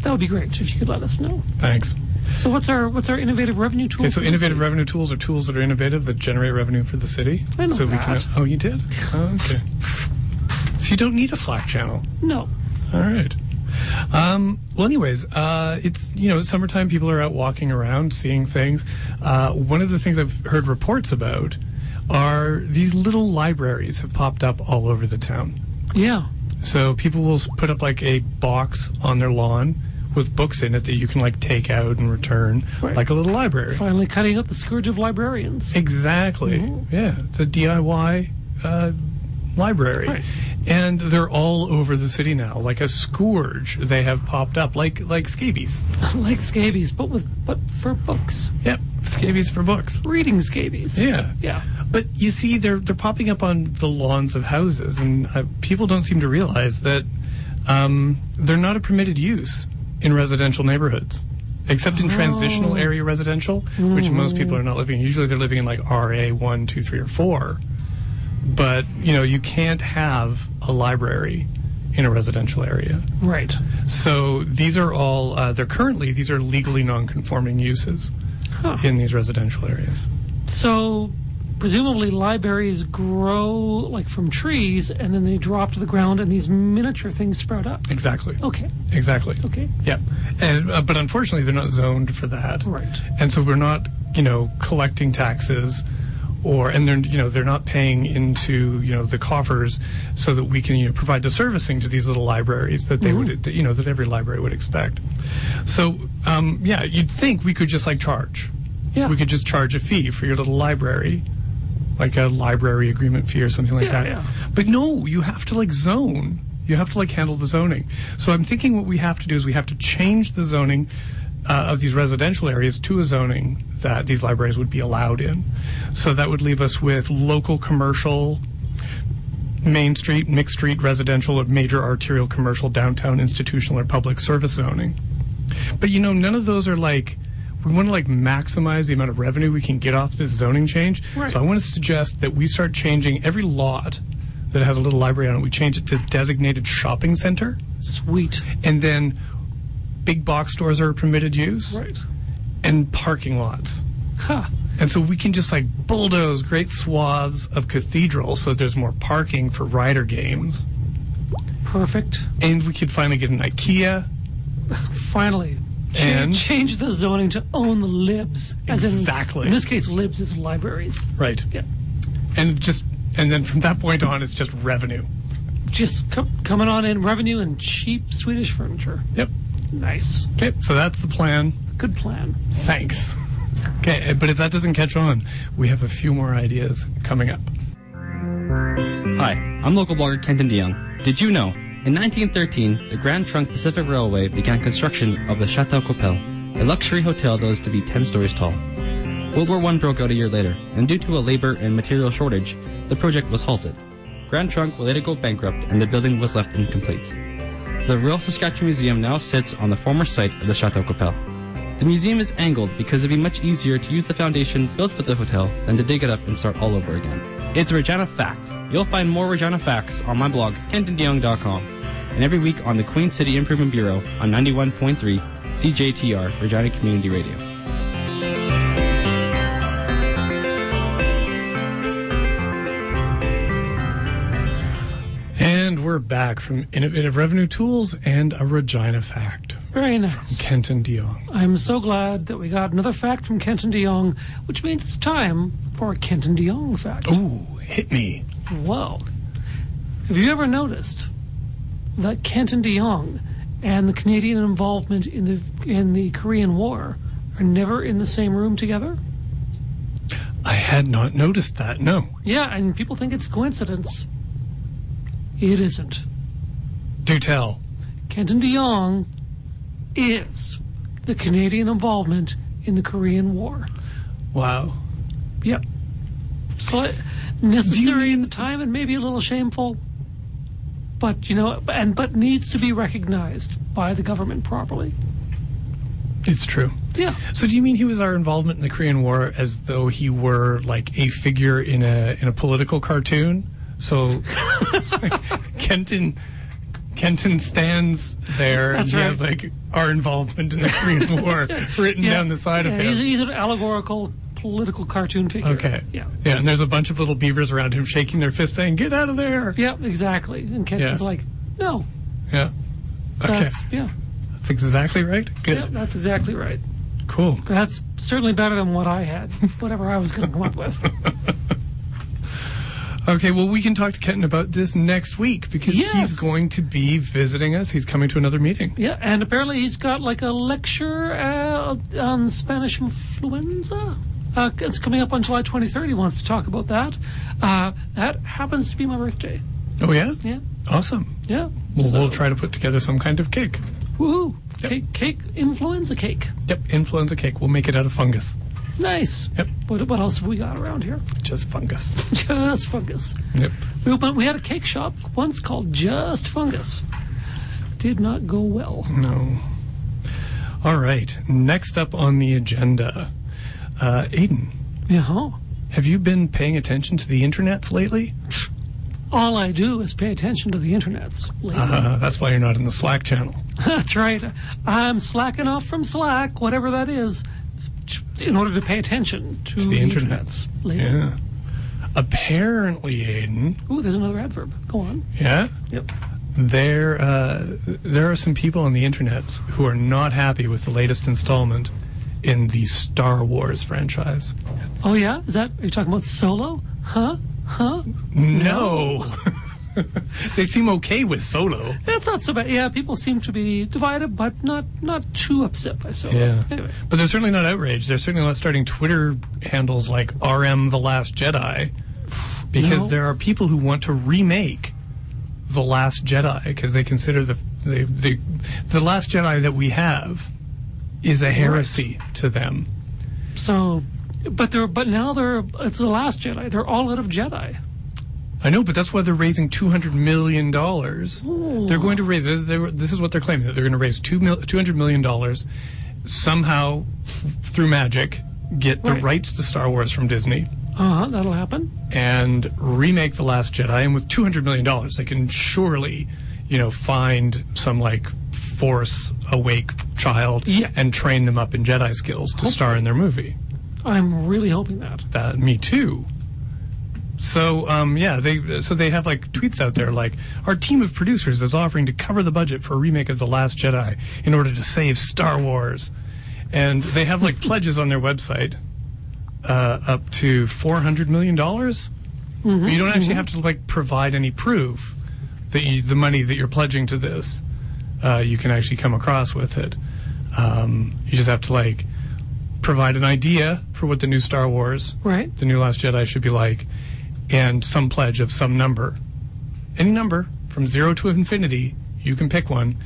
[SPEAKER 1] That would be great if you could let us know.
[SPEAKER 2] Thanks.
[SPEAKER 1] So what's our what's our innovative revenue tool?
[SPEAKER 2] Okay, so
[SPEAKER 1] for this
[SPEAKER 2] innovative
[SPEAKER 1] week?
[SPEAKER 2] revenue tools are tools that are innovative that generate revenue for the city.
[SPEAKER 1] I know
[SPEAKER 2] so we
[SPEAKER 1] that.
[SPEAKER 2] can. Oh, you did. Oh, okay. So you don't need a Slack channel.
[SPEAKER 1] No.
[SPEAKER 2] All right. Um, well, anyways, uh, it's you know summertime. People are out walking around, seeing things. Uh, one of the things I've heard reports about are these little libraries have popped up all over the town.
[SPEAKER 1] Yeah.
[SPEAKER 2] So people will s- put up like a box on their lawn with books in it that you can like take out and return,
[SPEAKER 1] Right.
[SPEAKER 2] like a little library.
[SPEAKER 1] Finally, cutting out the scourge of librarians.
[SPEAKER 2] Exactly. Yeah, it's a DIY uh, library.
[SPEAKER 1] Right.
[SPEAKER 2] And they're all over the city now, like a scourge. They have popped up, like like scabies.
[SPEAKER 1] like scabies, but with but for books.
[SPEAKER 2] Yep, scabies for books.
[SPEAKER 1] Reading scabies.
[SPEAKER 2] Yeah,
[SPEAKER 1] Yeah.
[SPEAKER 2] But you see, they're they're popping up on the lawns of houses, and uh, people don't seem to realize that um, they're not a permitted use in residential neighborhoods, except in transitional area residential, which most people are not living. in. Usually, they're living in like RA one, two, three, or four. But you know, you can't have a library in a residential area.
[SPEAKER 1] Right.
[SPEAKER 2] So these are all uh, they're currently these are legally non-conforming uses
[SPEAKER 1] Huh.
[SPEAKER 2] in these residential areas.
[SPEAKER 1] So presumably libraries grow like from trees and then they drop to the ground and these miniature things sprout up.
[SPEAKER 2] Exactly.
[SPEAKER 1] Okay.
[SPEAKER 2] Exactly.
[SPEAKER 1] Okay.
[SPEAKER 2] Yep. And uh, but unfortunately, they're not zoned for that.
[SPEAKER 1] Right.
[SPEAKER 2] And so we're not, you know, collecting taxes, or and they're you know they're not paying into you know the coffers so that we can you know provide the servicing to these little libraries that
[SPEAKER 1] Mm-hmm.
[SPEAKER 2] they would that, you know that every library would expect. So um, yeah, you'd think we could just like charge.
[SPEAKER 1] Yeah.
[SPEAKER 2] We could just charge a fee for your little library. Like a library agreement fee or something like
[SPEAKER 1] Yeah,
[SPEAKER 2] that.
[SPEAKER 1] yeah.
[SPEAKER 2] But no, you have to like zone. You have to like handle the zoning. So I'm thinking what we have to do is we have to change the zoning uh, of these residential areas to a zoning that these libraries would be allowed in. So that would leave us with local commercial, main street, mixed street residential, or major arterial commercial, downtown institutional or public service zoning. But you know, none of those are like we want to like maximize the amount of revenue we can get off this zoning change.
[SPEAKER 1] Right.
[SPEAKER 2] So I want to suggest that we start changing every lot that has a little library on it. We change it to designated shopping center,
[SPEAKER 1] Sweet.
[SPEAKER 2] and then big box stores are permitted use,
[SPEAKER 1] Right.
[SPEAKER 2] and parking lots.
[SPEAKER 1] Huh.
[SPEAKER 2] And so we can just like bulldoze great swaths of cathedrals so that there's more parking for rider games.
[SPEAKER 1] Perfect.
[SPEAKER 2] And we could finally get an IKEA.
[SPEAKER 1] Finally. Cha-
[SPEAKER 2] And?
[SPEAKER 1] change the zoning to own the libs. As in-
[SPEAKER 2] Exactly.
[SPEAKER 1] in this case, libs is libraries.
[SPEAKER 2] Right.
[SPEAKER 1] Yeah.
[SPEAKER 2] And just and then from that point on it's just revenue.
[SPEAKER 1] Just com- coming on in revenue and cheap Swedish furniture.
[SPEAKER 2] Yep.
[SPEAKER 1] Nice.
[SPEAKER 2] Okay, so that's the plan.
[SPEAKER 1] Good plan.
[SPEAKER 2] Thanks. Okay, eh, but if that doesn't catch on, we have a few more ideas coming up.
[SPEAKER 5] Hi, I'm local blogger Kenton DeYoung. Did you know? In 1913, the Grand Trunk Pacific Railway began construction of the Chateau Coppel, a luxury hotel that was to be 10 stories tall. World War I broke out a year later, and due to a labor and material shortage, the project was halted. Grand Trunk would later go bankrupt, and the building was left incomplete. The Royal Saskatchewan Museum now sits on the former site of the Chateau Coppel. The museum is angled because it'd be much easier to use the foundation built for the hotel than to dig it up and start all over again. It's a Regina Fact. You'll find more Regina Facts on my blog, KentonDeYoung.com, and every week on the Queen City Improvement Bureau on 91.3 CJTR, Regina Community Radio.
[SPEAKER 2] And we're back from Innovative Revenue Tools and a Regina fact.
[SPEAKER 1] Very nice.
[SPEAKER 2] Kenton DeYoung.
[SPEAKER 1] I'm so glad that we got another fact from Kenton DeYoung, which means it's time for a Kenton DeYoung fact.
[SPEAKER 2] Ooh, hit me.
[SPEAKER 1] Whoa. Have you ever noticed that Kenton DeYoung and the Canadian involvement in the in the Korean War are never in the same room together?
[SPEAKER 2] I had not noticed that. No.
[SPEAKER 1] Yeah, and people think it's coincidence. It isn't.
[SPEAKER 2] Do tell.
[SPEAKER 1] Kenton DeYoung is the Canadian involvement in the Korean War.
[SPEAKER 2] Wow.
[SPEAKER 1] Yep. So necessary
[SPEAKER 2] mean-
[SPEAKER 1] at the time and maybe a little shameful, but you know, and but needs to be recognized by the government properly.
[SPEAKER 2] It's true.
[SPEAKER 1] Yeah.
[SPEAKER 2] So do you mean he was our involvement in the Korean War as though he were like a figure in a in a political cartoon? So Kenton Kenton stands there
[SPEAKER 1] That's
[SPEAKER 2] and he
[SPEAKER 1] right.
[SPEAKER 2] has like our involvement in the Korean War written
[SPEAKER 1] Yeah.
[SPEAKER 2] down the side
[SPEAKER 1] Yeah,
[SPEAKER 2] of
[SPEAKER 1] He's,
[SPEAKER 2] him.
[SPEAKER 1] he's an allegorical political cartoon figure.
[SPEAKER 2] Okay.
[SPEAKER 1] Yeah.
[SPEAKER 2] Yeah, and there's a bunch of little beavers around him shaking their fists saying, Get out of there.
[SPEAKER 1] Yep. Exactly. And Kenton's
[SPEAKER 2] Yeah.
[SPEAKER 1] like, no,
[SPEAKER 2] Yeah. Okay.
[SPEAKER 1] that's yeah,
[SPEAKER 2] That's exactly right. Good.
[SPEAKER 1] yeah, that's exactly right.
[SPEAKER 2] Cool.
[SPEAKER 1] That's certainly better than what I had, whatever I was going to come up with.
[SPEAKER 2] Okay, well, we can talk to Kenton about this next week because
[SPEAKER 1] Yes.
[SPEAKER 2] he's going to be visiting us. He's coming to another meeting.
[SPEAKER 1] Yeah, and apparently he's got like a lecture uh, on Spanish influenza. Uh, it's coming up on July 23rd. He wants to talk about that. Uh, that happens to be my birthday.
[SPEAKER 2] Oh, yeah?
[SPEAKER 1] Yeah,
[SPEAKER 2] Awesome.
[SPEAKER 1] yeah.
[SPEAKER 2] Well,
[SPEAKER 1] So,
[SPEAKER 2] we'll try to put together some kind of cake.
[SPEAKER 1] Woohoo! Cake, cake, influenza cake.
[SPEAKER 2] Yep, influenza cake. We'll make it out of fungus.
[SPEAKER 1] Nice.
[SPEAKER 2] Yep.
[SPEAKER 1] What, what else have we got around here?
[SPEAKER 2] Just fungus.
[SPEAKER 1] Just fungus.
[SPEAKER 2] Yep.
[SPEAKER 1] We opened, we had a cake shop once called Just Fungus. Did not go well.
[SPEAKER 2] No. All right. Next up on the agenda, uh, Aiden,
[SPEAKER 1] Yeah. huh?
[SPEAKER 2] have you been paying attention to the internets lately?
[SPEAKER 1] All I do is pay attention to the internets. lately.
[SPEAKER 2] Uh, that's why you're not in the Slack channel.
[SPEAKER 1] That's right. I'm slacking off from Slack, whatever that is, in order to pay attention to,
[SPEAKER 2] The internets.
[SPEAKER 1] lately.
[SPEAKER 2] Yeah. Apparently, Aiden.
[SPEAKER 1] Ooh, there's another adverb. Go on.
[SPEAKER 2] Yeah.
[SPEAKER 1] Yep.
[SPEAKER 2] There, uh, there are some people on the internets who are not happy with the latest installment in the Star Wars franchise.
[SPEAKER 1] Oh yeah, is that are you talking about Solo? Huh? Huh?
[SPEAKER 2] No. they seem okay with Solo.
[SPEAKER 1] That's not so bad. Yeah, people seem to be divided, but not not too upset by Solo.
[SPEAKER 2] Yeah.
[SPEAKER 1] Anyway.
[SPEAKER 2] But they're certainly not outraged. They're certainly not starting Twitter handles like RM The Last Jedi because
[SPEAKER 1] No.
[SPEAKER 2] there are people who want to remake The Last Jedi because they consider the, the the the Last Jedi that we have is a heresy to them.
[SPEAKER 1] So, but they're but now they're it's the last Jedi. They're all out of Jedi.
[SPEAKER 2] I know, but that's why they're raising two hundred million dollars. They're going to raise this. They were, this is what they're claiming that they're going to raise two mil, two hundred million dollars somehow through magic, get the
[SPEAKER 1] Right.
[SPEAKER 2] rights to Star Wars from Disney,
[SPEAKER 1] Uh huh. That'll happen.
[SPEAKER 2] and remake the Last Jedi. And with two hundred million dollars, they can surely, you know, find some like Force awake child
[SPEAKER 1] Yeah.
[SPEAKER 2] and train them up in Jedi skills to star in their movie.
[SPEAKER 1] I'm really hoping that.
[SPEAKER 2] that me too so um, yeah they so they have like tweets out there like our team of producers is offering to cover the budget for a remake of the last jedi in order to save star wars and they have like pledges on their website uh, up to 400 million dollars you don't actually have to like provide any proof that you, the money that you're pledging to this uh, you can actually come across with it um, you just have to like provide an idea for what the new star wars
[SPEAKER 1] Right.
[SPEAKER 2] the new Last Jedi should be like, and some pledge of some number, any number from zero to infinity, you can pick one,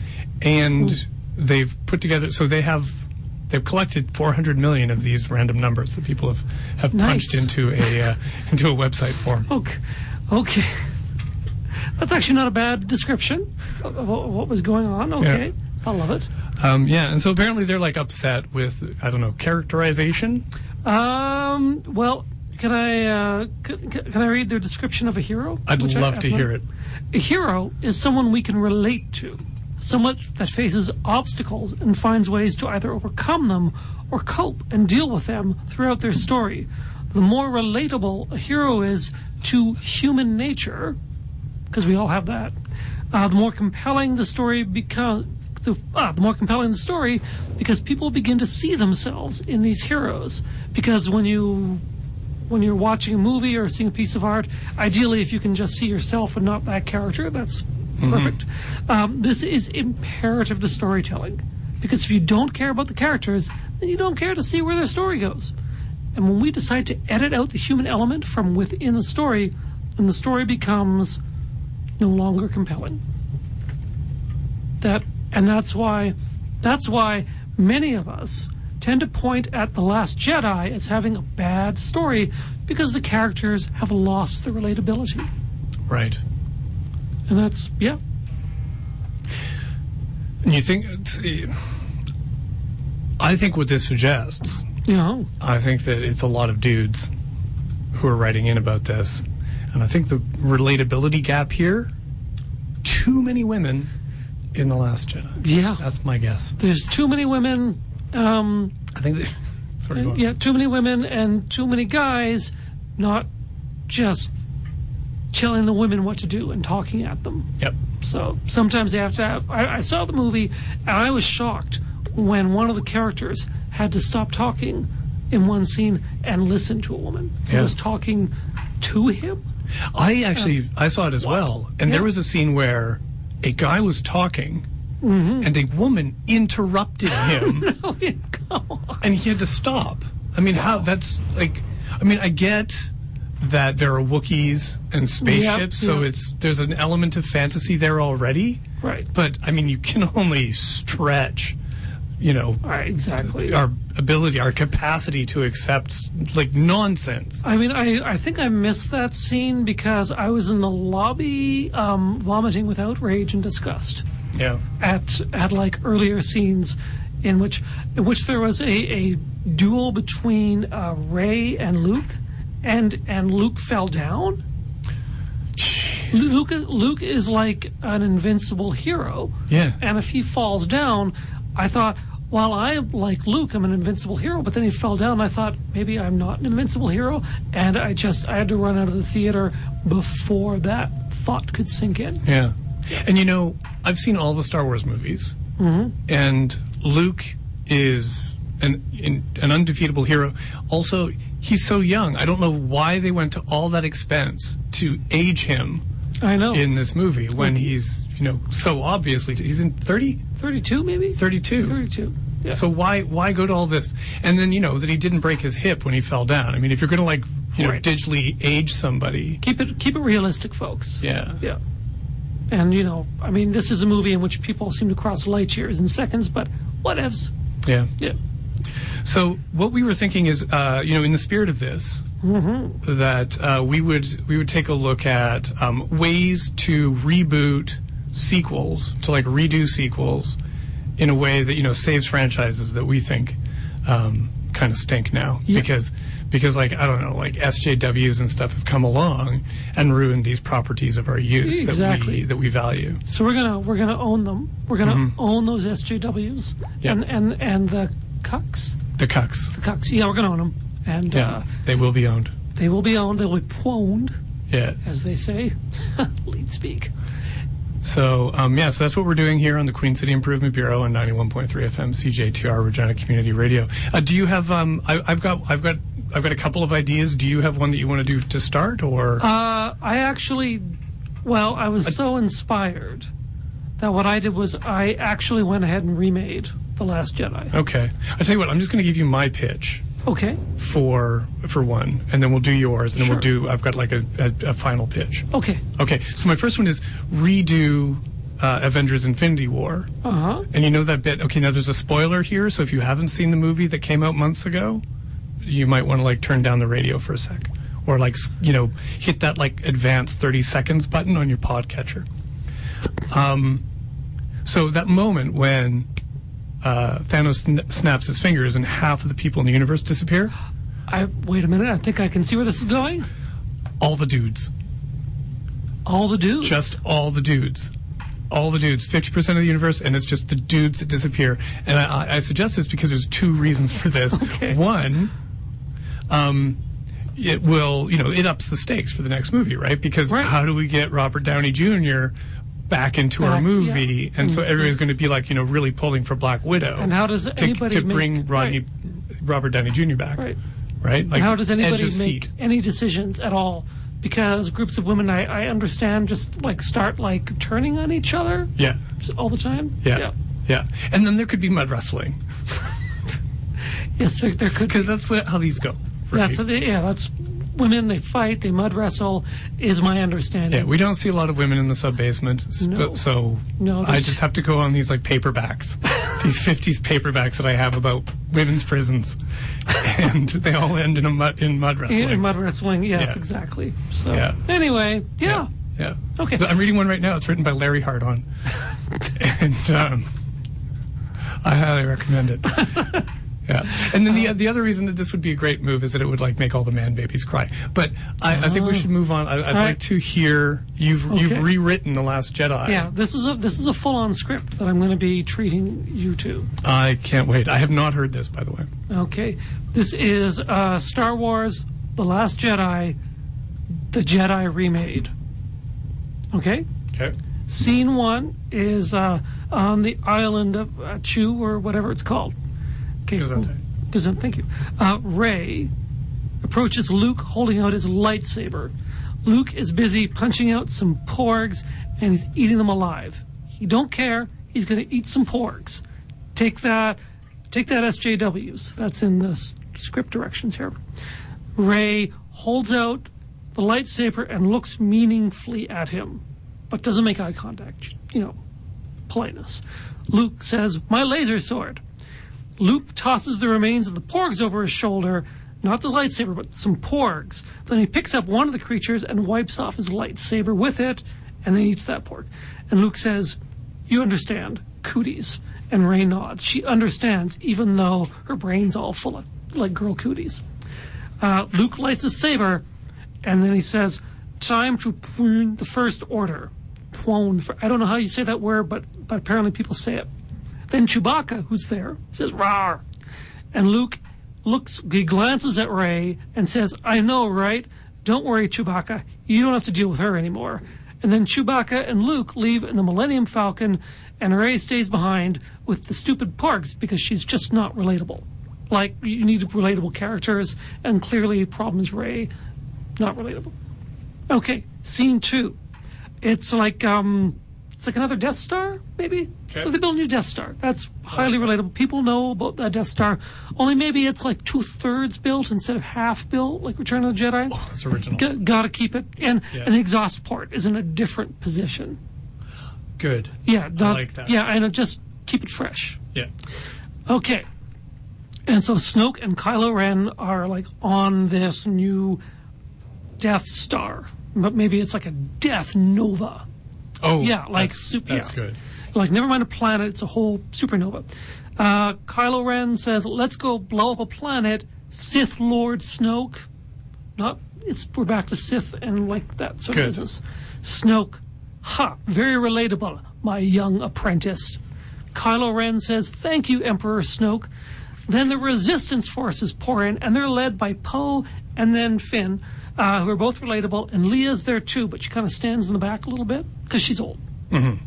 [SPEAKER 2] and
[SPEAKER 1] Hmm.
[SPEAKER 2] they've put together. So they have they've collected 400 million of these random numbers that people have have punched
[SPEAKER 1] Nice.
[SPEAKER 2] into a uh, into a website form.
[SPEAKER 1] Okay. Okay. That's actually not a bad description of of what was going on. Okay. I love it.
[SPEAKER 2] Um, yeah, and so apparently they're like upset with I don't know characterization.
[SPEAKER 1] Um, well, can I uh, can, can I read their description of a hero?
[SPEAKER 2] I'd
[SPEAKER 1] Which I-
[SPEAKER 2] love
[SPEAKER 1] I've
[SPEAKER 2] to
[SPEAKER 1] not-
[SPEAKER 2] hear it.
[SPEAKER 1] A hero is someone we can relate to, someone that faces obstacles and finds ways to either overcome them or cope and deal with them throughout their story. The more relatable a hero is to human nature, because we all have that, uh, the more compelling the story becomes. The, ah, the more compelling the story, because people begin to see themselves in these heroes. Because when you when you're watching a movie or seeing a piece of art, ideally, if you can just see yourself and not that character, that's perfect. Um, this is imperative to storytelling because if you don't care about the characters, then you don't care to see where their story goes. And when we decide to edit out the human element from within the story, then the story becomes no longer compelling. That and that's why that's why many of us tend to point at the last Jedi as having a bad story because the characters have lost the relatability.
[SPEAKER 2] Right.
[SPEAKER 1] And that's yeah.
[SPEAKER 2] And you think? it's- I think what this suggests
[SPEAKER 1] You know,
[SPEAKER 2] I think that it's a lot of dudes who are writing in about this. And I think the relatability gap here too many women in The Last Jedi.
[SPEAKER 1] yeah.
[SPEAKER 2] That's my guess.
[SPEAKER 1] There's too many women um
[SPEAKER 2] I think that. Sorry, go on.
[SPEAKER 1] yeah, too many women and too many guys not just telling the women what to do and talking at them.
[SPEAKER 2] Yep.
[SPEAKER 1] So sometimes they have to. Have, I, I saw the movie and I was shocked when one of the characters had to stop talking in one scene and listen to a woman who
[SPEAKER 2] Yeah.
[SPEAKER 1] was talking to him.
[SPEAKER 2] I actually I saw it as well, and there was a scene where a guy was talking, and a woman interrupted him,
[SPEAKER 1] Oh, yeah, come on.
[SPEAKER 2] and he had to stop. I mean, how that's like? I mean, I get that there are Wookiees and spaceships, so
[SPEAKER 1] yep.
[SPEAKER 2] it's there's an element of fantasy there already.
[SPEAKER 1] Right.
[SPEAKER 2] But I mean, you can only stretch, you know,
[SPEAKER 1] All right, exactly.
[SPEAKER 2] our ability, our capacity to accept like nonsense.
[SPEAKER 1] I mean, I, I think I missed that scene because I was in the lobby um, vomiting with outrage and disgust.
[SPEAKER 2] Yeah.
[SPEAKER 1] at at like earlier scenes in which in which there was a, a duel between uh, Ray and Luke, and and Luke fell down. Luke Luke is like an invincible hero.
[SPEAKER 2] Yeah.
[SPEAKER 1] And if he falls down, I thought, well, I like Luke, I'm an invincible hero. But then he fell down. And I thought maybe I'm not an invincible hero, and I just I had to run out of the theater before that thought could sink in.
[SPEAKER 2] Yeah. And you know, I've seen all the Star Wars movies,
[SPEAKER 1] Mm-hmm.
[SPEAKER 2] and Luke is an, an an undefeatable hero. Also, he's so young. I don't know why they went to all that expense to age him
[SPEAKER 1] I know.
[SPEAKER 2] in this movie
[SPEAKER 1] Mm-hmm.
[SPEAKER 2] when he's you know so obviously he's in 30
[SPEAKER 1] Thirty-two, maybe.
[SPEAKER 2] 32
[SPEAKER 1] 32. Yeah.
[SPEAKER 2] so why why go to all this and then you know that he didn't break his hip when he fell down i mean if you're going to like you
[SPEAKER 1] Right.
[SPEAKER 2] know digitally age somebody
[SPEAKER 1] keep it keep it realistic, folks.
[SPEAKER 2] yeah
[SPEAKER 1] Yeah. And you know, I mean, this is a movie in which people seem to cross light years in seconds, but whatevs.
[SPEAKER 2] yeah
[SPEAKER 1] Yeah.
[SPEAKER 2] So what we were thinking is, uh, you know, in the spirit of this, that uh, we would we would take a look at um, ways to reboot sequels, to like redo sequels, in a way that you know saves franchises that we think um, kind of stink now because because like I don't know like SJWs and stuff have come along and ruined these properties of our youth that
[SPEAKER 1] Exactly.
[SPEAKER 2] we that we value.
[SPEAKER 1] So we're gonna we're gonna own them. We're gonna own those SJWs
[SPEAKER 2] Mm-hmm. Yeah.
[SPEAKER 1] and and and the cucks,
[SPEAKER 2] The cucks,
[SPEAKER 1] the cucks. Yeah, we're gonna own them, and
[SPEAKER 2] yeah,
[SPEAKER 1] uh,
[SPEAKER 2] they will be owned.
[SPEAKER 1] they will be owned. They will be pwned,
[SPEAKER 2] Yeah.
[SPEAKER 1] as they say, lead speak.
[SPEAKER 2] So, um, yeah, so that's what we're doing here on the Queen City Improvement Bureau on 91.3 FM CJTR Regina Community Radio. Uh, do you have, um, I, I've got, I've got, I've got a couple of ideas. Do you have one that you want to do to start or?
[SPEAKER 1] Uh, I actually, well, I was so inspired that what I did was I actually went ahead and remade the Last Jedi.
[SPEAKER 2] okay. I tell you what, I'm just going to give you my pitch
[SPEAKER 1] Okay.
[SPEAKER 2] for, for one, and then we'll do yours and then we'll
[SPEAKER 1] Sure.
[SPEAKER 2] do, I've got like a, a, a final pitch.
[SPEAKER 1] Okay.
[SPEAKER 2] Okay. So my first one is redo, uh, Avengers Infinity War.
[SPEAKER 1] Uh huh.
[SPEAKER 2] And you know that bit. Okay, now there's a spoiler here, so if you haven't seen the movie that came out months ago, you might want to like turn down the radio for a sec, or like s- you know hit that like advanced 30 seconds button on your podcatcher. Um, so that moment when uh, Thanos sn- snaps his fingers and half of the people in the universe disappear,
[SPEAKER 1] I wait a minute. I think I can see where this is going.
[SPEAKER 2] all the dudes,
[SPEAKER 1] All the dudes.
[SPEAKER 2] just all the dudes. All the dudes, 50% of the universe, and it's just the dudes that disappear. And I, I- I suggest this because there's two reasons for this.
[SPEAKER 1] Okay.
[SPEAKER 2] One, um, it will, you know, it ups the stakes for the next movie, right? Because
[SPEAKER 1] Right.
[SPEAKER 2] how do we get Robert Downey Jr. back into our
[SPEAKER 1] Back, Mm-hmm.
[SPEAKER 2] movie? And so everybody's going to be like, you know, really pulling for Black Widow.
[SPEAKER 1] And how does
[SPEAKER 2] to,
[SPEAKER 1] anybody
[SPEAKER 2] to
[SPEAKER 1] make-
[SPEAKER 2] bring Rodney, Robert Downey Jr. back?
[SPEAKER 1] Right.
[SPEAKER 2] Right? Like
[SPEAKER 1] How does
[SPEAKER 2] edge
[SPEAKER 1] anybody
[SPEAKER 2] of
[SPEAKER 1] make
[SPEAKER 2] seat.
[SPEAKER 1] any decisions at all? Because groups of women, I, I understand, just like start like turning on each other
[SPEAKER 2] Yeah.
[SPEAKER 1] all the time.
[SPEAKER 2] Yeah. Yeah. And then there could be mud wrestling.
[SPEAKER 1] Yes, there, there could. be.
[SPEAKER 2] Because that's what, how these go. Right?
[SPEAKER 1] That's they, yeah. That's women. They fight. They mud wrestle. Is my understanding.
[SPEAKER 2] Yeah, we don't see a lot of women in the sub basement,
[SPEAKER 1] No.
[SPEAKER 2] so
[SPEAKER 1] No,
[SPEAKER 2] I
[SPEAKER 1] there's-
[SPEAKER 2] just have to go on these like paperbacks, these '50s paperbacks that I have about women's prisons, and they all end in a mud in mud
[SPEAKER 1] In-
[SPEAKER 2] wrestling.
[SPEAKER 1] in mud wrestling. Yes,
[SPEAKER 2] Yeah.
[SPEAKER 1] exactly. So
[SPEAKER 2] Yeah.
[SPEAKER 1] anyway, yeah.
[SPEAKER 2] yeah.
[SPEAKER 1] Okay.
[SPEAKER 2] I'm reading one right now. It's written by Larry Hardon, and um, I highly recommend it. Yeah, and then the the other reason that this would be a great move is that it would like make all the man babies cry. But I, I think we should move on. I, I'd like
[SPEAKER 1] Ah. right.
[SPEAKER 2] to hear you've you've
[SPEAKER 1] Okay.
[SPEAKER 2] rewritten the Last Jedi.
[SPEAKER 1] Yeah, this is a this is a full on script that I'm going to be treating you to.
[SPEAKER 2] I can't wait. I have not heard this, by the way.
[SPEAKER 1] Okay, this is uh, Star Wars: The Last Jedi, the Jedi remade. Okay,
[SPEAKER 2] Okay.
[SPEAKER 1] scene one is uh, on the island of uh, Chu or whatever it's called. Okay,
[SPEAKER 2] Gesundheit.
[SPEAKER 1] Gesundheit, thank you. Uh, Ray approaches Luke holding out his lightsaber. Luke is busy punching out some porgs and he's eating them alive. He don't care. He's going to eat some porgs. Take that, take that SJWs. That's in the s- script directions here. Ray holds out the lightsaber and looks meaningfully at him, but doesn't make eye contact. You know, politeness. Luke says, "My laser sword." Luke tosses the remains of the porgs over his shoulder, not the lightsaber, but some porgs. Then he picks up one of the creatures and wipes off his lightsaber with it, and then eats that porg. And Luke says, You understand, cooties. And Ray nods. She understands, even though her brain's all full of like girl cooties. Uh, Luke lights his saber, and then he says, Time to prune the first order. Prone. For, I don't know how you say that word, but, but apparently people say it. Then Chewbacca, who's there, says, Rawr. And Luke looks, he glances at Ray and says, I know, right? Don't worry, Chewbacca. You don't have to deal with her anymore. And then Chewbacca and Luke leave in the Millennium Falcon, and Ray stays behind with the stupid Parks because she's just not relatable. Like, you need relatable characters, and clearly, problem is Ray, not relatable. Okay, scene two. It's like, um, it's like another Death Star, maybe?
[SPEAKER 2] Okay.
[SPEAKER 1] They build a new Death Star. That's highly relatable. People know about that Death Star. Only maybe it's like two thirds built instead of half built, like Return of the Jedi.
[SPEAKER 2] That's original.
[SPEAKER 1] G- gotta keep it. And
[SPEAKER 2] Oh. Yeah.
[SPEAKER 1] an exhaust port is in a different position.
[SPEAKER 2] Good.
[SPEAKER 1] Yeah, not-
[SPEAKER 2] like that.
[SPEAKER 1] Yeah, and it just keep it fresh.
[SPEAKER 2] Yeah.
[SPEAKER 1] Okay. And so Snoke and Kylo Ren are like on this new Death Star, but maybe it's like a Death Nova.
[SPEAKER 2] Oh,
[SPEAKER 1] Yeah, like
[SPEAKER 2] that's-
[SPEAKER 1] super.
[SPEAKER 2] That's
[SPEAKER 1] yeah.
[SPEAKER 2] good.
[SPEAKER 1] Like never mind a planet; it's a whole supernova. Uh, Kylo Ren says, "Let's go blow up a planet." Sith Lord Snoke. Not it's we're back to Sith and like that sort
[SPEAKER 2] Good.
[SPEAKER 1] of business. Snoke, ha, very relatable, my young apprentice. Kylo Ren says, "Thank you, Emperor Snoke." Then the resistance forces pour in, and they're led by Poe and then Finn, uh, who are both relatable. And Leah's there too, but she kind of stands in the back a little bit because she's old.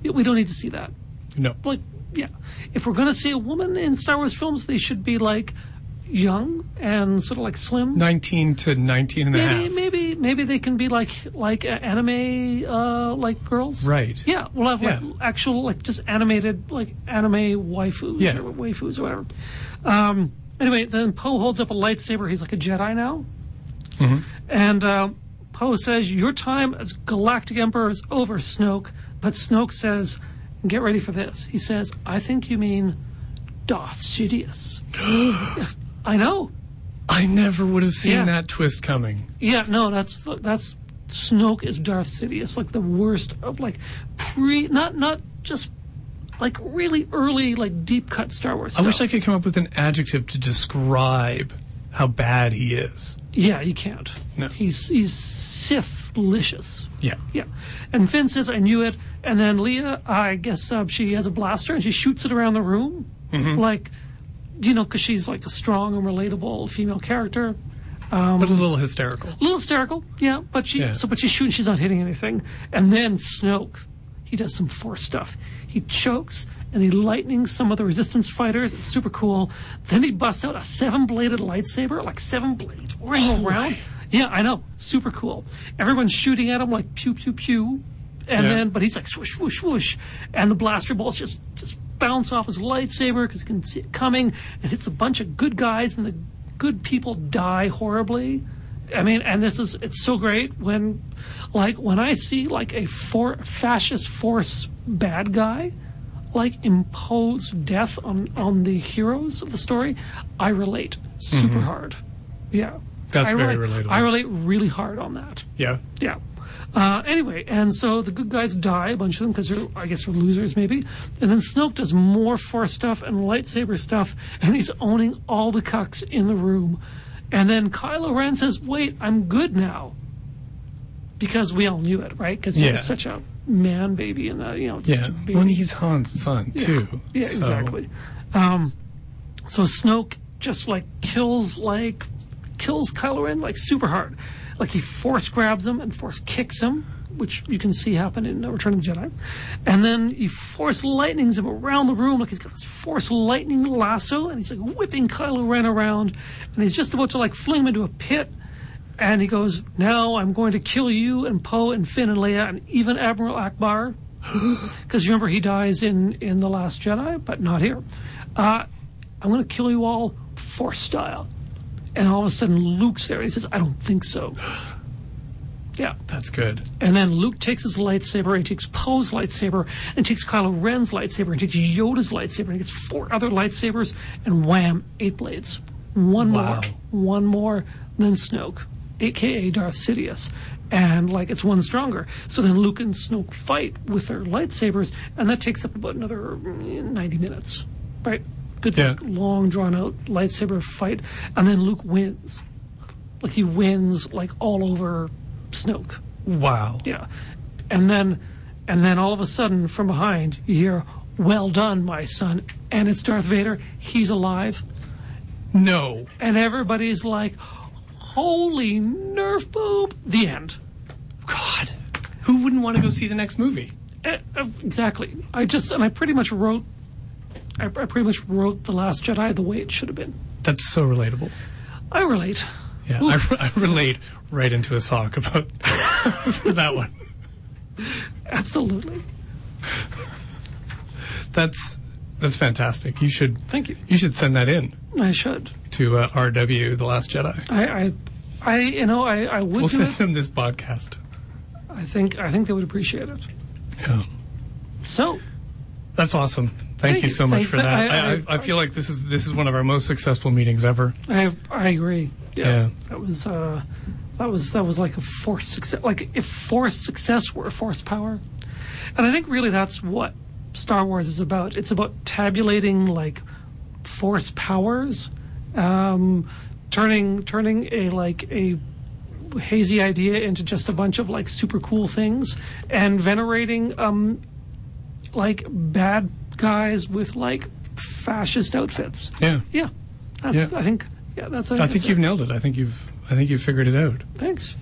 [SPEAKER 1] We don't need to see that.
[SPEAKER 2] No.
[SPEAKER 1] Like, yeah, if we're going to see a woman in Star Wars films, they should be like young and sort of like slim.
[SPEAKER 2] 19 to 19 and a half.
[SPEAKER 1] Maybe, maybe, maybe they can be like like uh, anime uh, like girls.
[SPEAKER 2] Right.
[SPEAKER 1] Yeah, we'll have like
[SPEAKER 2] Yeah.
[SPEAKER 1] actual like just animated like anime waifus
[SPEAKER 2] Yeah.
[SPEAKER 1] or waifus or whatever. Um, anyway, then Poe holds up a lightsaber. He's like a Jedi now,
[SPEAKER 2] Mm-hmm.
[SPEAKER 1] and uh, Poe says, "Your time as Galactic Emperor is over, Snoke." But Snoke says, "Get ready for this." He says, "I think you mean Darth Sidious." I know.
[SPEAKER 2] I never would have seen
[SPEAKER 1] Yeah.
[SPEAKER 2] that twist coming.
[SPEAKER 1] Yeah, no, that's that's Snoke is Darth Sidious, like the worst of like pre, not not just like really early like deep cut Star Wars.
[SPEAKER 2] I
[SPEAKER 1] Stuff.
[SPEAKER 2] wish I could come up with an adjective to describe how bad he is.
[SPEAKER 1] Yeah, you can't.
[SPEAKER 2] No.
[SPEAKER 1] he's he's Sith-licious.
[SPEAKER 2] Yeah.
[SPEAKER 1] Yeah, and Finn says, "I knew it." And then Leia, I guess uh, she has a blaster and she shoots it around the room,
[SPEAKER 2] Mm-hmm.
[SPEAKER 1] like you know, because she's like a strong and relatable female character.
[SPEAKER 2] but a little hysterical.
[SPEAKER 1] A little hysterical, yeah. But she
[SPEAKER 2] Yeah.
[SPEAKER 1] so but she's shooting, she's not hitting anything. And then Snoke, he does some force stuff. He chokes and he lightnings some of the resistance fighters. It's super cool. Then he busts out a seven bladed lightsaber, like seven blades whirring around. Yeah, I know. Super cool. Everyone's shooting at him like pew pew pew. And
[SPEAKER 2] Yeah.
[SPEAKER 1] then but he's like swoosh swoosh swoosh. And the blaster balls just just bounce off his lightsaber because he can see it coming and hits a bunch of good guys and the good people die horribly. I mean, and this is it's so great when like when I see like a for, fascist force bad guy like impose death on on the heroes of the story, I relate super hard. Yeah.
[SPEAKER 2] Mm-hmm. That's
[SPEAKER 1] I
[SPEAKER 2] very
[SPEAKER 1] relate-
[SPEAKER 2] relatable.
[SPEAKER 1] I relate really hard on that.
[SPEAKER 2] Yeah.
[SPEAKER 1] Yeah. Uh, anyway, and so the good guys die, a bunch of them, because they're, I guess, they're losers maybe. And then Snoke does more Force stuff and lightsaber stuff, and he's owning all the cucks in the room. And then Kylo Ren says, "Wait, I'm good now," because we all knew it, right? Because he
[SPEAKER 2] Yeah.
[SPEAKER 1] was such a man baby, and uh, you know, just
[SPEAKER 2] Yeah.
[SPEAKER 1] a baby.
[SPEAKER 2] When he's Han's son, too.
[SPEAKER 1] Yeah,
[SPEAKER 2] So-
[SPEAKER 1] exactly. Um, so Snoke just like kills like kills Kylo Ren like super hard. Like he force grabs him and force kicks him, which you can see happen in uh, Return of the Jedi. And then he force lightnings him around the room, like he's got this force lightning lasso, and he's like whipping Kylo Ren around, and he's just about to like fling him into a pit. And he goes, Now I'm going to kill you and Poe and Finn and Leia and even Admiral Akbar. Because remember, he dies in, in The Last Jedi, but not here. Uh, I'm going to kill you all force style. And all of a sudden, Luke's there. And he says, I don't think so. Yeah.
[SPEAKER 2] That's good.
[SPEAKER 1] And then Luke takes his lightsaber and takes Poe's lightsaber and takes Kylo Ren's lightsaber and takes Yoda's lightsaber and gets four other lightsabers and wham, eight blades. One
[SPEAKER 2] Wow.
[SPEAKER 1] more, one more than Snoke, aka Darth Sidious. And like it's one stronger. So then Luke and Snoke fight with their lightsabers, and that takes up about another mm, 90 minutes. Right? Good,
[SPEAKER 2] Yeah.
[SPEAKER 1] like, long, drawn out lightsaber fight. And then Luke wins. Like he wins, like all over Snoke.
[SPEAKER 2] Wow.
[SPEAKER 1] Yeah. And then and then all of a sudden from behind you hear, Well done, my son and it's Darth Vader, he's alive.
[SPEAKER 2] No.
[SPEAKER 1] And everybody's like, Holy nerf boob the end.
[SPEAKER 2] God. Who wouldn't want to go see the next movie?
[SPEAKER 1] Eh, eh, Exactly. I just and I pretty much wrote I, I pretty much wrote The Last Jedi the way it should have been.
[SPEAKER 2] That's so relatable.
[SPEAKER 1] I relate.
[SPEAKER 2] Yeah, I, I relate right into a sock about for that one.
[SPEAKER 1] Absolutely.
[SPEAKER 2] That's that's fantastic. You should
[SPEAKER 1] Thank you.
[SPEAKER 2] you should send that in
[SPEAKER 1] I should.
[SPEAKER 2] to uh, RW The Last Jedi.
[SPEAKER 1] I I, I you know, I, I would
[SPEAKER 2] We'll
[SPEAKER 1] do
[SPEAKER 2] send
[SPEAKER 1] it.
[SPEAKER 2] them this podcast.
[SPEAKER 1] I think I think they would appreciate it.
[SPEAKER 2] Yeah.
[SPEAKER 1] So
[SPEAKER 2] That's awesome. Thank,
[SPEAKER 1] Thank
[SPEAKER 2] you
[SPEAKER 1] you.
[SPEAKER 2] so much
[SPEAKER 1] Thank-
[SPEAKER 2] for that. I,
[SPEAKER 1] I-
[SPEAKER 2] I, I feel like this is this is one of our most successful meetings ever.
[SPEAKER 1] I I agree.
[SPEAKER 2] Yeah.
[SPEAKER 1] That was uh that was that was like a forced success like if forced success were forced power. And I think really that's what Star Wars is about. It's about tabulating like force powers, um turning turning a like a hazy idea into just a bunch of like super cool things and venerating um like bad guys with like fascist outfits.
[SPEAKER 2] Yeah.
[SPEAKER 1] Yeah, that's.
[SPEAKER 2] Yeah.
[SPEAKER 1] I think. Yeah, that's.
[SPEAKER 2] I
[SPEAKER 1] that's
[SPEAKER 2] think you've nailed it. I think you've I think you've figured it out.
[SPEAKER 1] Thanks.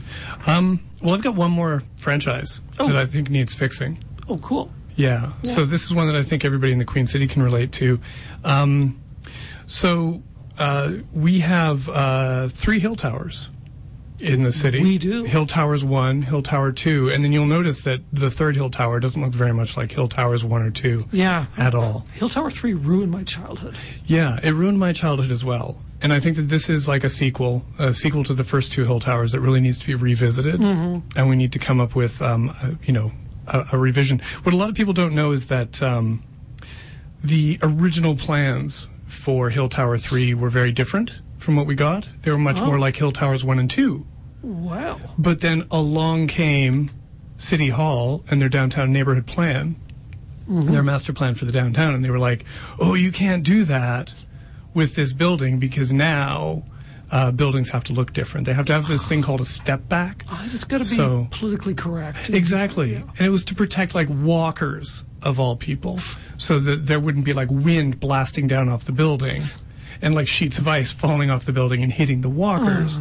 [SPEAKER 2] Um, well, I've got one more franchise
[SPEAKER 1] Oh.
[SPEAKER 2] that I think needs fixing.
[SPEAKER 1] Oh, cool.
[SPEAKER 2] Yeah. So this is one that I think everybody in the Queen City can relate to. Um, so uh, we have uh, three hill towers in the city.
[SPEAKER 1] We do.
[SPEAKER 2] Hill Towers 1, Hill Tower 2, and then you'll notice that the third hill tower doesn't look very much like Hill Towers 1 or 2
[SPEAKER 1] Yeah.
[SPEAKER 2] at all.
[SPEAKER 1] Hill Tower Three ruined my childhood.
[SPEAKER 2] Yeah, it ruined my childhood as well. And I think that this is like a sequel, a sequel to the first two Hill Towers that really needs to be revisited. And we need to come up with, um, a, you know, a, a revision. What a lot of people don't know is that um, the original plans for Hill Tower 3 were very different from what we got. They were much more like Hill Towers 1 and 2.
[SPEAKER 1] Wow.
[SPEAKER 2] But then along came City Hall and their downtown neighborhood plan,
[SPEAKER 1] Mm-hmm.
[SPEAKER 2] their master plan for the downtown, and they were like, "Oh, you can't do that with this building because now uh, buildings have to look different. They have to have this thing called a step back."
[SPEAKER 1] I just got to be
[SPEAKER 2] So-
[SPEAKER 1] politically correct.
[SPEAKER 2] Exactly. And it was to protect like walkers of all people so that there wouldn't be like wind blasting down off the building and like sheets of ice falling off the building and hitting the walkers.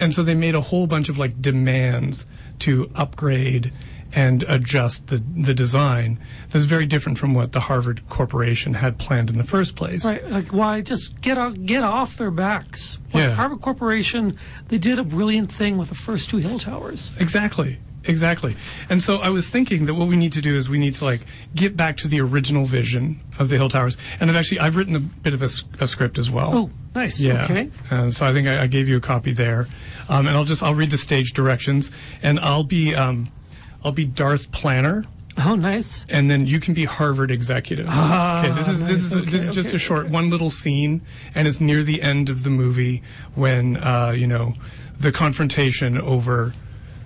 [SPEAKER 2] And so they made a whole bunch of like demands to upgrade and adjust the, the design that's very different from what the Harvard Corporation had planned in the first place.
[SPEAKER 1] Right. Like, why? Just get off, get off their backs. Like
[SPEAKER 2] Yeah.
[SPEAKER 1] Harvard Corporation, they did a brilliant thing with the first two Hill Towers.
[SPEAKER 2] Exactly. Exactly. And so I was thinking that what we need to do is we need to like get back to the original vision of the Hill Towers. And I've actually I've written a bit of a, s- a script as well.
[SPEAKER 1] Oh, nice.
[SPEAKER 2] Yeah.
[SPEAKER 1] Okay.
[SPEAKER 2] And so I think I, I gave you a copy there. Um, and I'll just I'll read the stage directions and I'll be um, I'll be Darth Planner
[SPEAKER 1] Oh, nice.
[SPEAKER 2] and then you can be Harvard executive. okay, this is this is this is just a short one little scene, and it's near the end of the movie when uh, you know the confrontation over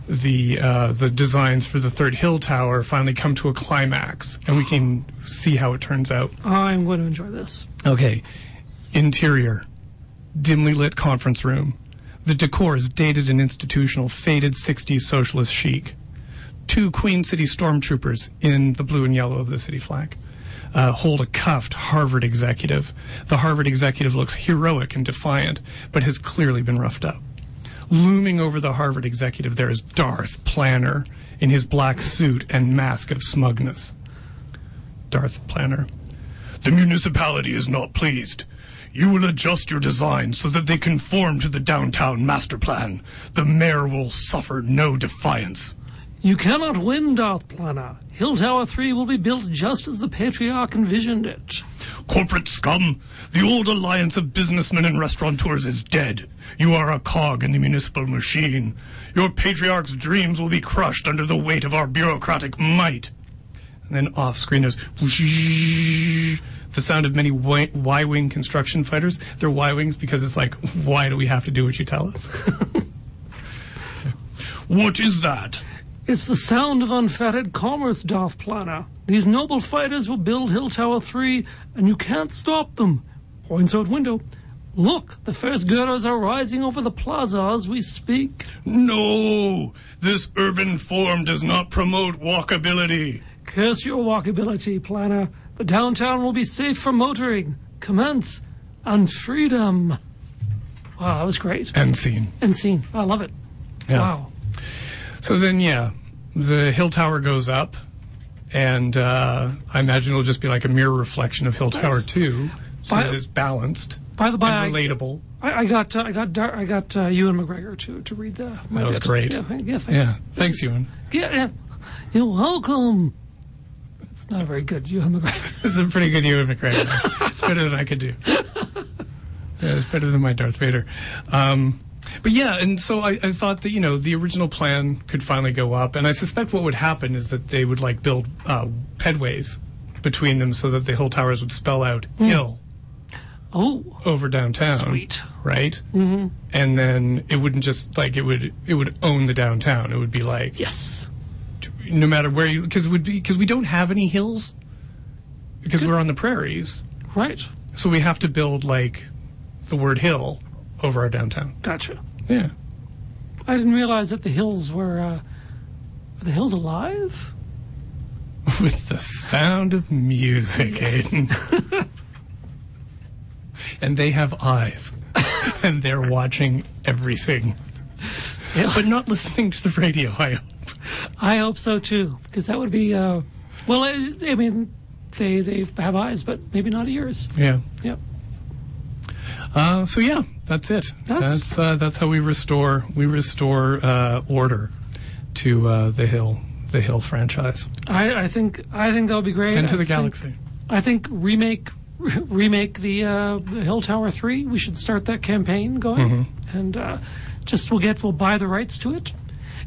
[SPEAKER 2] the uh, the designs for the third hill tower finally come to a climax, and we can see how it turns out.
[SPEAKER 1] I'm going to enjoy this.
[SPEAKER 2] Okay. Interior. Dimly lit conference room. The decor is dated and institutional, faded 60s socialist chic. Two Queen City stormtroopers in the blue and yellow of the city flag uh, hold a cuffed Harvard executive. The Harvard executive looks heroic and defiant, but has clearly been roughed up. Looming over the Harvard executive, there is Darth Planner in his black suit and mask of smugness. Darth Planner.
[SPEAKER 6] The municipality is not pleased. You will adjust your designs so that they conform to the downtown master plan. The mayor will suffer no defiance.
[SPEAKER 1] You cannot win, Darth Plana. Hilltower 3 will be built just as the Patriarch envisioned it.
[SPEAKER 6] Corporate scum, the old alliance of businessmen and restaurateurs is dead. You are a cog in the municipal machine. Your patriarch's dreams will be crushed under the weight of our bureaucratic might.
[SPEAKER 2] And then off screen there's the sound of many Y Y Wing construction fighters. They're Y Wings because it's like, why do we have to do what you tell us?
[SPEAKER 6] What is that?
[SPEAKER 1] It's the sound of unfettered commerce, Darth Plana. These noble fighters will build Hilltower 3, and you can't stop them. Points out window. Look, the first girders are rising over the plaza as we speak.
[SPEAKER 6] No! This urban form does not promote walkability.
[SPEAKER 1] Curse your walkability, Plana. The downtown will be safe for motoring. Commence and freedom. Wow, that was great.
[SPEAKER 2] End scene.
[SPEAKER 1] And scene. I love it.
[SPEAKER 2] Yeah.
[SPEAKER 1] Wow.
[SPEAKER 2] So then, yeah, the hill tower goes up, and uh, I imagine it'll just be like a mirror reflection of Hill Tower
[SPEAKER 1] Nice.
[SPEAKER 2] Two, so
[SPEAKER 1] By-
[SPEAKER 2] that it's balanced
[SPEAKER 1] By the by,
[SPEAKER 2] and relatable.
[SPEAKER 1] I, I got uh, I got Dar- I got uh, Ewan McGregor to to read the.
[SPEAKER 2] That was great.
[SPEAKER 1] Yeah, thank- yeah, thanks.
[SPEAKER 2] Yeah, thanks, Ewan.
[SPEAKER 1] Yeah, yeah. You're welcome. It's not very good, Ewan McGregor.
[SPEAKER 2] It's a pretty good Ewan McGregor. it's better than I could do. Yeah, it's better than my Darth Vader. Um, but yeah, and so I, I thought that you know the original plan could finally go up, and I suspect what would happen is that they would like build uh, pedways between them so that the hill towers would spell out hill
[SPEAKER 1] Oh,
[SPEAKER 2] over downtown.
[SPEAKER 1] Sweet.
[SPEAKER 2] right? Mm-hmm. And then it wouldn't just like it would it would own the downtown. It would be like
[SPEAKER 1] yes.
[SPEAKER 2] no matter where you because would be because we don't have any hills because we're on the prairies,
[SPEAKER 1] Right.
[SPEAKER 2] so we have to build like the word hill over our downtown.
[SPEAKER 1] Gotcha.
[SPEAKER 2] Yeah,
[SPEAKER 1] I didn't realize that the hills were. Uh, are the hills alive?
[SPEAKER 2] with the sound of music, Aiden. and they have eyes, and they're watching everything,
[SPEAKER 1] Yeah.
[SPEAKER 2] but not listening to the radio. I hope.
[SPEAKER 1] I hope so too, because that would be. Uh, well, I, I mean, they they have eyes, but maybe not ears.
[SPEAKER 2] Yeah.
[SPEAKER 1] Yep.
[SPEAKER 2] Uh, so yeah, that's it.
[SPEAKER 1] That's-
[SPEAKER 2] That's that's, uh, that's how we restore we restore uh, order to uh, the hill the hill franchise
[SPEAKER 1] I, I think I think that would be great.
[SPEAKER 2] and to
[SPEAKER 1] I
[SPEAKER 2] the
[SPEAKER 1] think-
[SPEAKER 2] galaxy.
[SPEAKER 1] I think remake remake the uh, Hill Tower three. We should start that campaign going,
[SPEAKER 2] Mm-hmm.
[SPEAKER 1] and uh, just we'll get we'll buy the rights to it.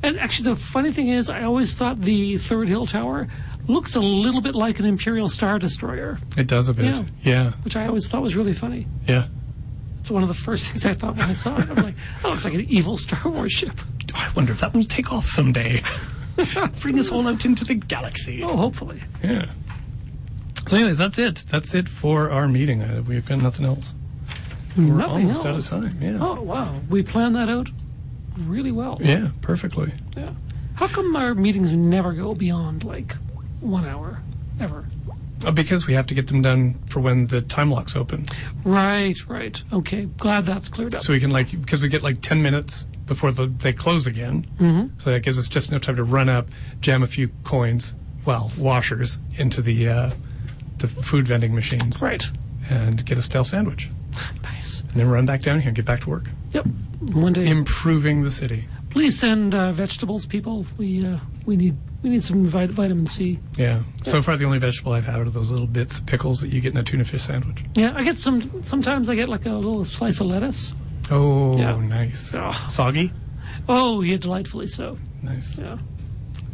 [SPEAKER 1] And actually, the funny thing is, I always thought the third Hill Tower looks a little bit like an Imperial Star Destroyer,
[SPEAKER 2] It does a bit.
[SPEAKER 1] Yeah.
[SPEAKER 2] Yeah. yeah,
[SPEAKER 1] which I always thought was really funny. It's one of the first things I thought when I saw it. I was like, that looks like an evil Star Wars ship.
[SPEAKER 2] I wonder if that will take off someday. Bring us all out into the galaxy.
[SPEAKER 1] Oh, hopefully.
[SPEAKER 2] Yeah. So, anyways, that's it. That's it for our meeting. Uh, we've got nothing else. We're
[SPEAKER 1] Nothing
[SPEAKER 2] almost
[SPEAKER 1] else.
[SPEAKER 2] out of time. Yeah.
[SPEAKER 1] Oh wow, we planned that out really well.
[SPEAKER 2] Yeah. Perfectly.
[SPEAKER 1] Yeah. How come our meetings never go beyond like one hour ever?
[SPEAKER 2] Uh, because we have to get them done for when the time locks open.
[SPEAKER 1] Right, right. Okay, glad that's cleared up.
[SPEAKER 2] so we can like because we get like 10 minutes before the, they close again mm-hmm. so that gives us just enough time to run up jam a few coins well washers into the uh, the food vending machines
[SPEAKER 1] Right.
[SPEAKER 2] and get a stale sandwich
[SPEAKER 1] Nice.
[SPEAKER 2] and then run back down here and get back to work
[SPEAKER 1] Yep. One day.
[SPEAKER 2] improving the city
[SPEAKER 1] Please send uh, vegetables, people. We uh, we need we need some vit- vitamin C.
[SPEAKER 2] yeah so far the only vegetable i've had are those little bits of pickles that you get in a tuna fish sandwich
[SPEAKER 1] Yeah, I get some. Sometimes I get like a little slice of lettuce.
[SPEAKER 2] oh
[SPEAKER 1] Yeah.
[SPEAKER 2] nice
[SPEAKER 1] Ugh.
[SPEAKER 2] soggy
[SPEAKER 1] Oh, yeah, delightfully so.
[SPEAKER 2] nice
[SPEAKER 1] Yeah.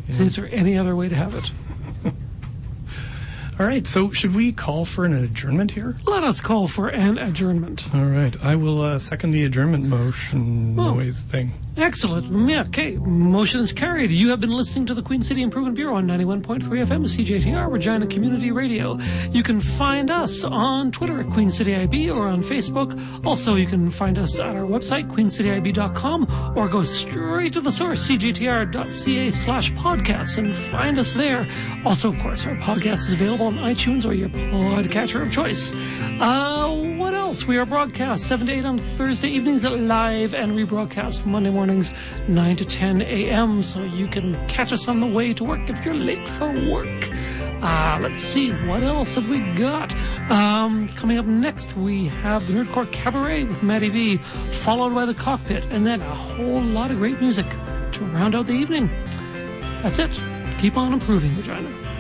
[SPEAKER 1] Is there any other way to have it?
[SPEAKER 2] all right so should we call for an adjournment here
[SPEAKER 1] Let us call for an adjournment.
[SPEAKER 2] all right i will uh, second the adjournment motion
[SPEAKER 1] Oh.
[SPEAKER 2] noise thing
[SPEAKER 1] Excellent. Yeah, okay. Motion is carried. You have been listening to the Queen City Improvement Bureau on 91.3 FM, CJTR, Regina Community Radio. You can find us on Twitter at Queen City IB or on Facebook. Also, you can find us at our website, queencityib.com, or go straight to the source, cjtr.ca slash podcasts, and find us there. Also, of course, our podcast is available on iTunes or your podcatcher of choice. Uh, what else? Yes, we are broadcast 7 to 8 on Thursday evenings at live and rebroadcast Monday mornings 9 to 10 a.m. So you can catch us on the way to work if you're late for work. Uh, let's see, what else have we got? Um, coming up next, we have the Nerdcore Cabaret with Maddie V, followed by the cockpit, and then a whole lot of great music to round out the evening. That's it. Keep on improving, Regina.